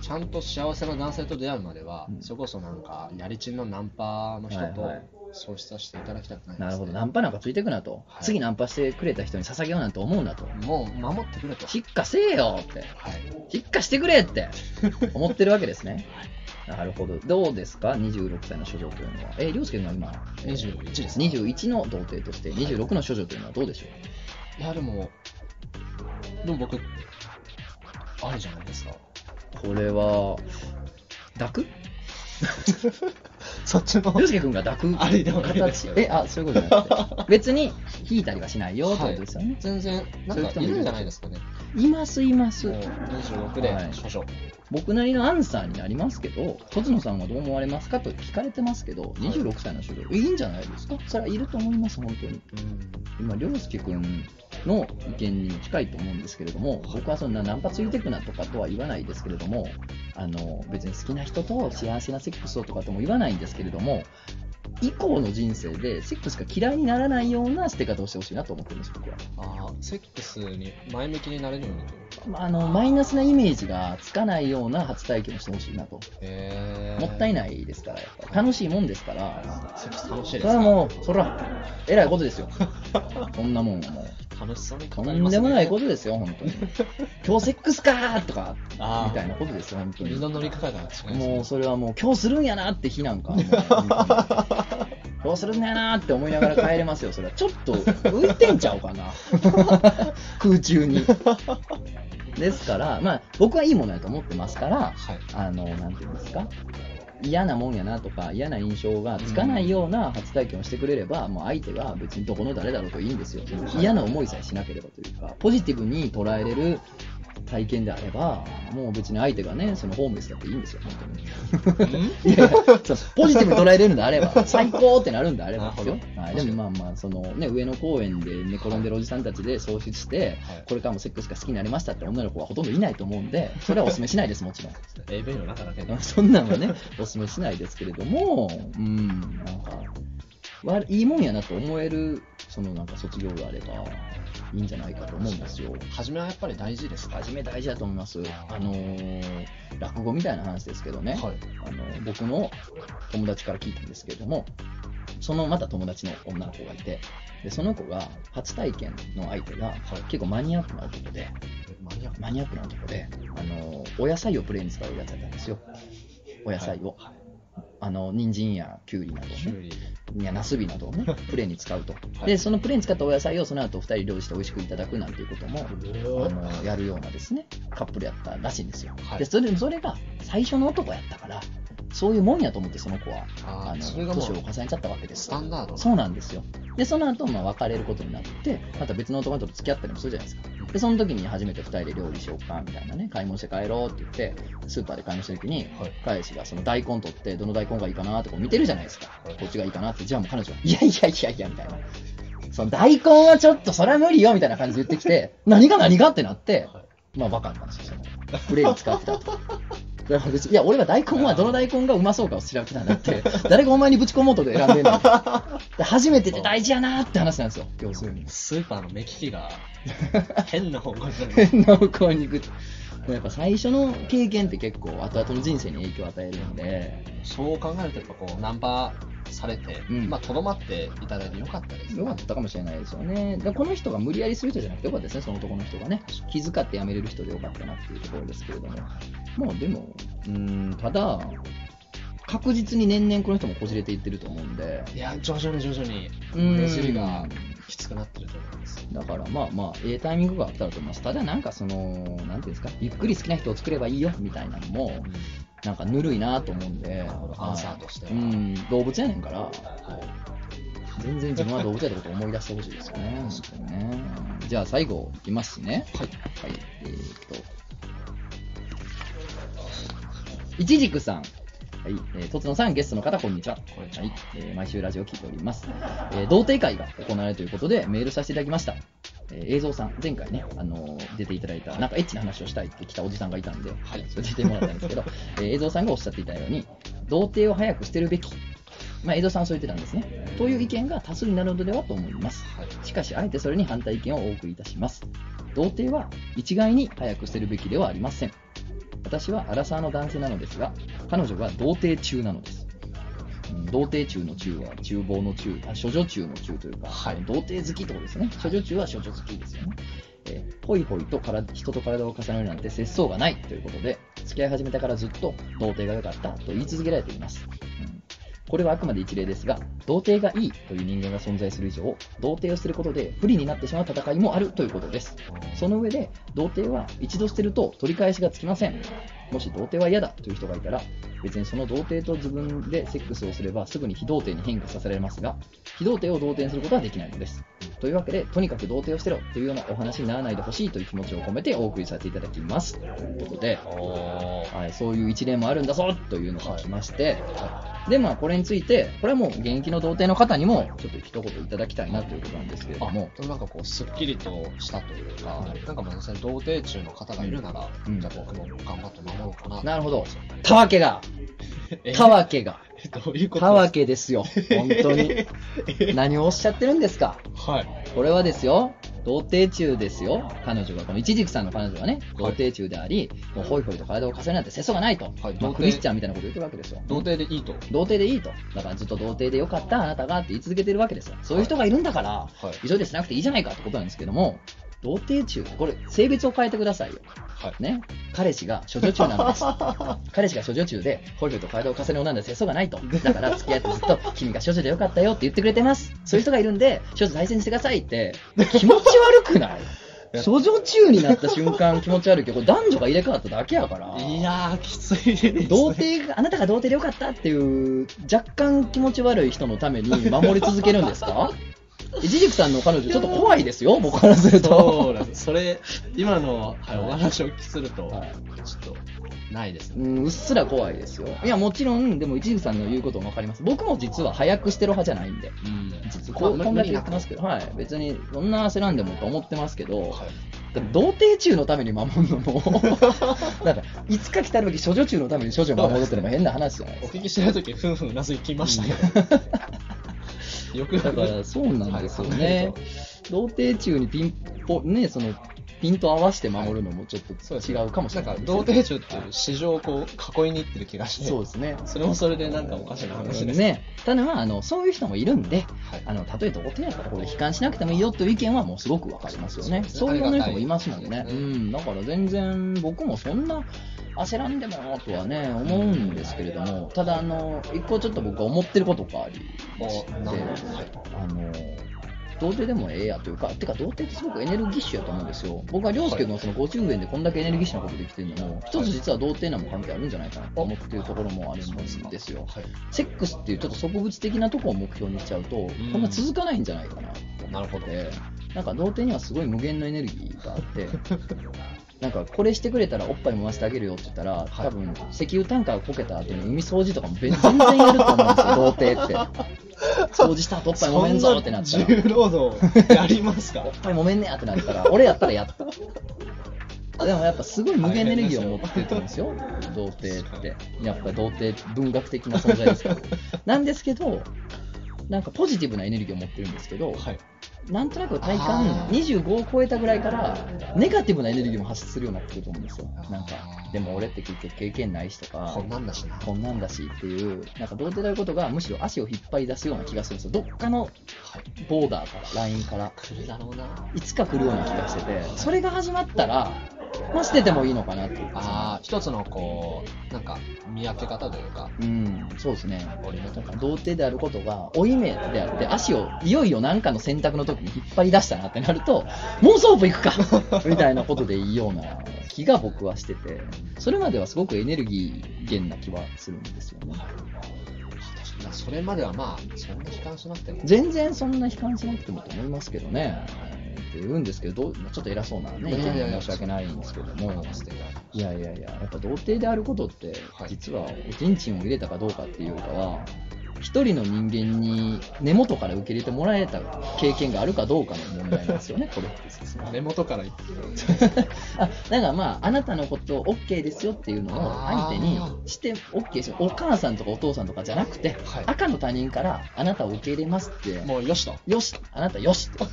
ちゃんと幸せな男性と出会うまでは、うんそれこそなんかやりちんのナンパの人とはいはいそうしさせていただきたくないです、ねなるほど、ナンパなんかついてくなと、はい次ナンパしてくれた人に捧げようなんて思うなと、もう守ってくれと引っかせえよって、はい引っかしてくれって思ってるわけですね。なるほど、どうですか、26歳の処女というのは。えー、凌介君は今、えー21ですね21の童貞として、26の処女というのはどうでしょいやでもでも僕あるじゃないですかう、これは、 抱くそっちの凌介君が抱くありでもないです形え、あ、そういうことじゃなくて、別に引いたりはしないよってことですよね。全然なんかいるんじゃないですかねいます、います。もう26ではい処女僕なりのアンサーになりますけど、とつのさんはどう思われますかと聞かれてますけど、26歳の処女、いいんじゃないですか、それはいると思います、本当に。今、涼介君の意見にも近いと思うんですけれども、僕はそんなナンパついてくなとかとは言わないですけれども、あの別に好きな人と幸せなセックスをとかとも言わないんですけれども、以降の人生でセックスが嫌いにならないような捨て方をしてほしいなと思ってます、僕は。ああセックスに前向きになれるようにというかまああのマイナスなイメージがつかないような初体験をしてほしいなと。へもったいないないですから、やっぱ楽しいもんですから、セックス楽しそれいですかはもう、そら、えらいことですよ。こんなもんはもう、楽しそうにと語りんますでねもないことですよ、本当に。 今日セックスかーとか、あーみたいなことですよ、本当水に。の乗り方が違いますねもうそれはもう、今日するんやなって日なん か、もう本当に今日するんやなって思いながら帰れますよ、それは。ちょっと浮いてんちゃうかな、 空中 に。ですから、まあ、僕はいいものやと思ってますから、はいあの、なんていうんですか、嫌なもんやなとか、嫌な印象がつかないような初体験をしてくれれば、もう相手が別にどこの誰だろうといいんですよ、嫌な思いさえしなければというか、ポジティブに捉えれる体験であれば、もう別に相手がね、そのホームレスだっていいんですよ、本当に。いやいやそうポジティブに捉えれるんであれ ば、最高ってなるんであればですよなるほ。どはい、でもまあまあ、そのね、上野公園で寝転んでるおじさんたちで喪失してはい、これからもセックスが好きになりましたって女の子はほとんどいないと思うんで、それはお勧めしないです、もちろん。 AV の中だけでまあそんなんはね、 お勧めしないですけれども、うん、なんか、わいいもんやなと思える、そのなんか卒業があれば、いいんじゃないかと思うんですよ。初めはやっぱり大事ですか初め大事だと思います。あーあのー落語みたいな話ですけどね、はいあの僕の友達から聞いたんですけれども、そのまた友達の女の子がいて、でその子が初体験の相手がはい結構マニアックな男で、マニアックマニアックな男で、あのお野菜をプレーンに使うやつだったんですよ。お野菜を。はいあの人参やきゅうりなどをキュウね、リいやなすびなどを ね、プレーンに使うと。はいで、そのプレーンに使ったお野菜をその後お二人料理して美味しくいただくなんていうことも、あのやるようなですね、カップルやったらしいんですよ。はいでそれ、それが最初の男やったから、そういうもんやと思ってその子は、あーのそれがもう年を重ねちゃったわけですス。タンダードなそうなんですよ。で、その後、まあ別れることになって、また別の男の人と付き合ったりもするじゃないですか。で、その時に初めて2人で料理しようか、みたいなね、買い物して帰ろうって言って、スーパーで買い物した時にはい、彼氏がその大根取って、どの大根がいいかなとか見てるじゃないですかはい。こっちがいいかなって、じゃあもう彼女は、いやいやいやいや、みたいな。その大根はちょっとそれは無理よ、みたいな感じで言ってきて、何が何がってなって、まあバカなんですよ、その。 プレイに使ってたと。だから別にいや、俺は大根はどの大根がうまそうかを調べてたんだって、誰がお前にぶち込もうとで選んでんの で初めてって大事やなーって話なんですよ、要するに。スーパーの目利きが変な方 向に変な方向に行くと。やっぱ最初の経験って結構後々の人生に影響を与えるので、そう考えるとやっぱこうナンパされて、うんまあとどまっていただいてよかったですねよかったかもしれないですよね。でこの人が無理やりする人じゃなくてよかったですね、その男の人がね。気遣って辞めれる人でよかったなっていうところですけれども。まあでも、うーん、ただ、確実に年々この人もこじれていってると思うんで、いや徐々に徐々にうんねじりがきつくなってると思いますだからまあまあ、ええタイミングがあったらと思います。ただなんかその、なんていうんですか、ゆっくり好きな人を作ればいいよみたいなのも、なんかぬるいなと思うんで、なるほどはいアンサーとしてはうん、動物やねんから、こう全然自分は動物やったことを思い出してほしいですよね。本当にねじゃあ最後いきますね。はい。えーっと。いちじくさん。はい。えー、とつのさん、ゲストの方、こんにちは。これちゃはんい、えー毎週ラジオを聞いております、えー童貞会が行われるということでメールさせていただきました、えー映像さん前回ね、あのー出ていただいたなんかエッチな話をしたいって来たおじさんがいたんで、はいそれ出てもらったんですけど、えー映像さんがおっしゃっていたように童貞を早く捨てるべきまあ、映像さんはそう言ってたんですね。という意見が多数になるのではと思います。はいしかし、あえてそれに反対意見をお送りいたします。童貞は一概に早く捨てるべきではありません。私はアラサーの男性なのですが、彼女が童貞中なのです。うん童貞中の中は厨房の中、あ処女中の中というか、はい童貞好きってことですね。処女中は処女好きですよね。えーホイホイとから人と体を重ねるなんて節操がないということで、付き合い始めたからずっと童貞が良かったと言い続けられています。うんこれはあくまで一例ですが、童貞がいいという人間が存在する以上、童貞をすることで不利になってしまう戦いもあるということです。その上で、童貞は一度捨てると取り返しがつきません。もし童貞は嫌だという人がいたら、別にその童貞と自分でセックスをすればすぐに非童貞に変化させられますが、非童貞を童貞にすることはできないのです。というわけで、とにかく童貞を捨てろというようなお話にならないでほしいという気持ちを込めてお送りさせていただきます。ということで、おーはい、そういう一例もあるんだぞというのが来まして、はで、まあ、これについて、これはもう現役の童貞の方にも、ちょっと一言いただきたいなということなんですけれいども、あなんかこうすっきりとしたというか、なんかまあ実際童貞中の方がいるなら、うんじゃあ僕も頑張って守ろうかななるほど、たわけが、たわけが、えどういうことたわけですよ、本当に。え何をおっしゃってるんですか。 はいこれはですよ、童貞中ですよ、彼女が、このいちじくさんの彼女はね、い童貞中であり、もうホイホイと体を重ねるなんて世相がないと、はいまあ童貞クリスチャンみたいなこと言ってるわけですよ。童貞でいいと童貞でいいと。だからずっと童貞でよかった、あなたがって言い続けてるわけですよ。そういう人がいるんだから、はい急いでしなくていいじゃないかってことなんですけども、童貞中、これ、性別を変えてくださいよ。はいね。彼氏が処女中なん です。彼氏が処女中で、ホイホイと体を重ねる女なんて世相がないと。だから付き合ってずっと、君が処女でよかったよって言ってくれてます。そういう人がいるんで、処女大切にしてくださいって、気持ち悪く ない処女中になった瞬間気持ち悪いけど、これ男女が入れ替わっただけやから。いやーきついですね童貞が、あなたが童貞でよかったっていう、若干気持ち悪い人のために守り続けるんです かえジジクさんの彼女、ちょっと怖いですよ、僕からするそうと。なんですそれ今の、はい、はいお話をお聞きすると、はいちょっとないですうね、ん、うっすら怖いですよ。いや、もちろん、でも、一ジクさんの言うこともわかります。僕も実は早く捨てろ派じゃないんで。うん実はこうこんだけ言ってますけど、はい。別に、そんな焦らんでもと思ってますけど、はいでも童貞中のために守るのも、 なんか、いつか来たるべき処女中のために処女を守るってのも変な話じゃないおで すか。聞きしてるとき、ふんふんうなずきましたけど、よくだからそうなんですよね。童貞中にピンポ、ね、その、ピント合わせて守るのもちょっとそうです違うかもしれないんですかね、童貞中っていう市場をこう囲いに行ってる気がして、そうですね。それもそれでなんかおかしな話です。ね。ただまあ、あの、そういう人もいるんで、はいあの、たとえ童貞やったらこれ悲観しなくてもいいよという意見はもうすごくわかりますよね。そそううですねいうの人もいますもんありがね。たういですねん。だから全然僕もそんな焦らんでもなとはね、思うんですけれども、ただあの、一個ちょっと僕は思ってることがありましもてう、なんかはいあの童貞でもええやというか、てか童貞ってすごくエネルギッシュやと思うんですよ。僕は涼介君のその50円でこんだけエネルギッシュなことできてるのも、一つ実は童貞なんも関係あるんじゃないかなと思ってるところもあるんですよ。はいセックスっていうちょっと植物的なところを目標にしちゃうと、んこんな続かないんじゃないかなとなるほ思っどて、なんか童貞にはすごい無限のエネルギーがあって、なんかこれしてくれたらおっぱい回してあげるよって言ったら、多分石油タンカーこけた後に海掃除とかも全然やると思うんですよ、童貞 って。掃除した後おっぱい揉めんぞってなったそんらな。重労働やり ますかおっぱい揉めんねやってなったら、俺やったらやった。でもやっぱすごい無限エネルギーを持ってると思うんですよ、童貞って。やっぱり童貞、文学的な存在 ですから。なんですけど、なんかポジティブなエネルギーを持ってるんですけど、はい。なんとなく体あ感ー25を超えたぐらいから、ネガティブなエネルギーも発出するようになってくると思うんですよ。なんかあ、ーでも俺って結局経験ないしとかこ、んなんだしな。こんなんだしっていう、なんか童貞であることがむしろ足を引っ張り出すような気がするんですよ。どっかのはい。ボーダーから、ラインから。来るだろうな。いつか来るような気がしてて、それが始まったら、まあ、捨ててもいいのかなっていうああ、一つのこう、なんか見分け方というか、うん、そうですね。折り目となんかか童貞であることが、負い目であって、足をいよいよ何かの選択の時に引っ張り出したなってなると、もうソープ行 くかみたいなことでいいような気が僕はしてて、それまではすごくエネルギー源な気はするんですよね。確かにまあそれまではまあ、そんな悲観しなくても。全然そんな悲観しなくてもと思いますけどね。って言うんですけど、どうちょっと偉そうなね、意見で申し訳ないんですけど思いもま、すけどいやいやいや、やっぱ童貞であることっては、い実はおちんちんを入れたかどうかっていうよりかは、一人の人間に根元から受け入れてもらえた経験があるかどうかの問題なんですよ ね、これって。根元から言ってあだからまああなたのことを OK ですよっていうのを相手にあして OK ですよお母さんとかお父さんとかじゃなくて、はい赤の他人からあなたを受け入れますってもうよしと。よしあなたよしって来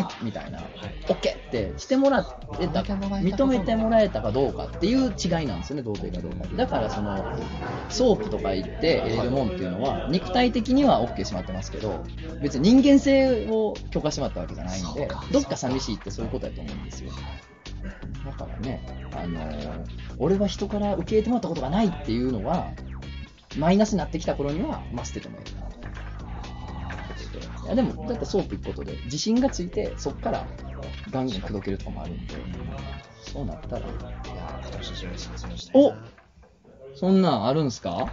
いみたいな OK ってしてもらってた認めてもらえたかどうかっていう違いなんですよね童貞かどうかってだからそのソープとか行って入れるもんっていうのは肉体的には OK しまってますけど別に人間性を許可しまったわけじゃないんそうでかどっか寂しいってそういうことだと思うんですよだからね、あのー俺は人から受け入れてもらったことがないっていうのは、マイナスになってきた頃には、まあ、捨ててもいいかなと。いやでも、だってソープ行くことで、自信がついて、そこからガンガン口説けるとかもあるんで、そうなったら、いやー、今年中に卒業したいな。おそんなんあるんすかはい。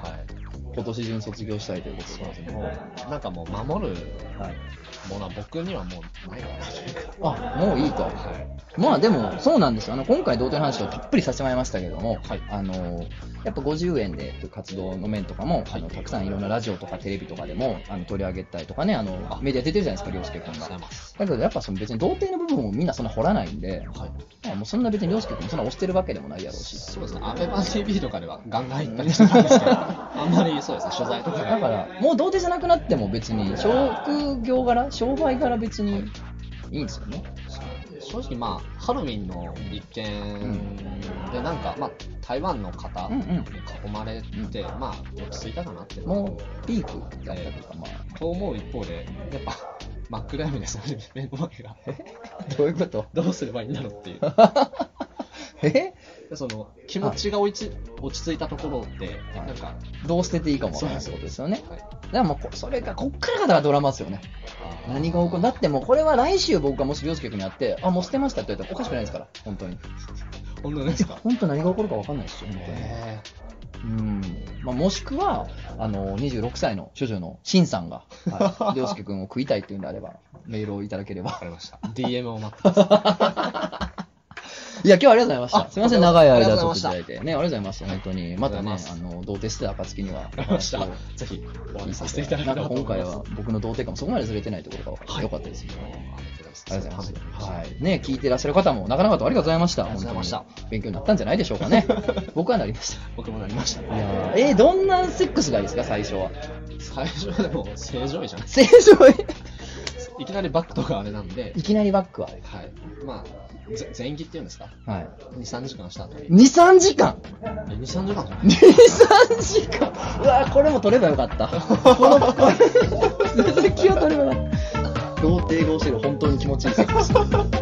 今年中に卒業したいというこそうですね。もう、なんかもう守るとはい。ものは僕にはもうないかなというか。あ、もういいと。はい。まあでも、そうなんですよ。あの、今回童貞の話をたっぷりさせてもらいましたけども、はいあの、やっぱ50円でっていう活動の面とかも、はあいの、たくさんいろんなラジオとかテレビとかでも、あの、取り上げたりとかね、あの、メディア出てるじゃないですか、涼介あり君がとうございが。ます。だけどやっぱその別に童貞の部分をみんなそんな掘らないんで、はい。まあもうそんな別に涼介君もそんな押してるわけでもないやろうし。 そうですね。アベマ TV とかではガンガン行ったりしてたんですけど、 あんまりそうですね、取材とかだから、もう童貞じゃなくなっても別に、職業柄、商売柄別にいいんですよね。正直まあハロウィンの一件でなんかまあ台湾の方うんにうん囲まれてまあ落ち着いたかなってもう、ピークだったというか、まあ、と思う一方でやっぱ真っ暗闇ですよね目の前が どういうことどうすればいいんだろうっていう えでその気持ちが落ち落ち着いたところってなんか、どう捨てていいかもわからないってことですよね。はいだからもうこ、それが、こっからがだからドラマですよね。何が起こるだってもう、これは来週僕がもし凌介君に会って、あ、もう捨てましたって言われたらおかしくないですから、本当に。本当ですか本当何が起こるか分かんないですよ、本当に。えうん。まあ、もしくは、あの、26歳の処女のシンさんが、はい、凌介君を食いたいっていうんであれ ば、メールをいただけれわば。かりました DM を待ってますいや、今日はありがとうございました。あすみません、長いあり間がとうちょごっといざたいだまいて。ね、ありがとうございます。本当に。またねありがとうござ、あいの、童貞してた暁には、わかりました話を ぜひ終わりさせていただきなたんかいと思い今ます回は僕の童貞感もそこまでずれてないところが良かったですよ。ありあがりとがうとうございございまますす。はい。ね、聞いてらっしゃる方も、なかなかとありがとうございました。ありがとうございました本当に勉強になったんじゃないでしょうか ね。僕はなりました。僕もなりましたいやーえーどんなセックスがいいですか、最初は。最初はでも正常位じゃない正常へいきなりバックとかあれなんでい、きなりバックは。はい。まあ、ぜ前期っていうんですかはい。 ?2、3時間した後に。 2、3時間え2、3時間じゃない2、3時間うわーこれも取ればよかった。この、 これ、続きは取ればよかった。童貞が教える本当に気持ちいいセックス。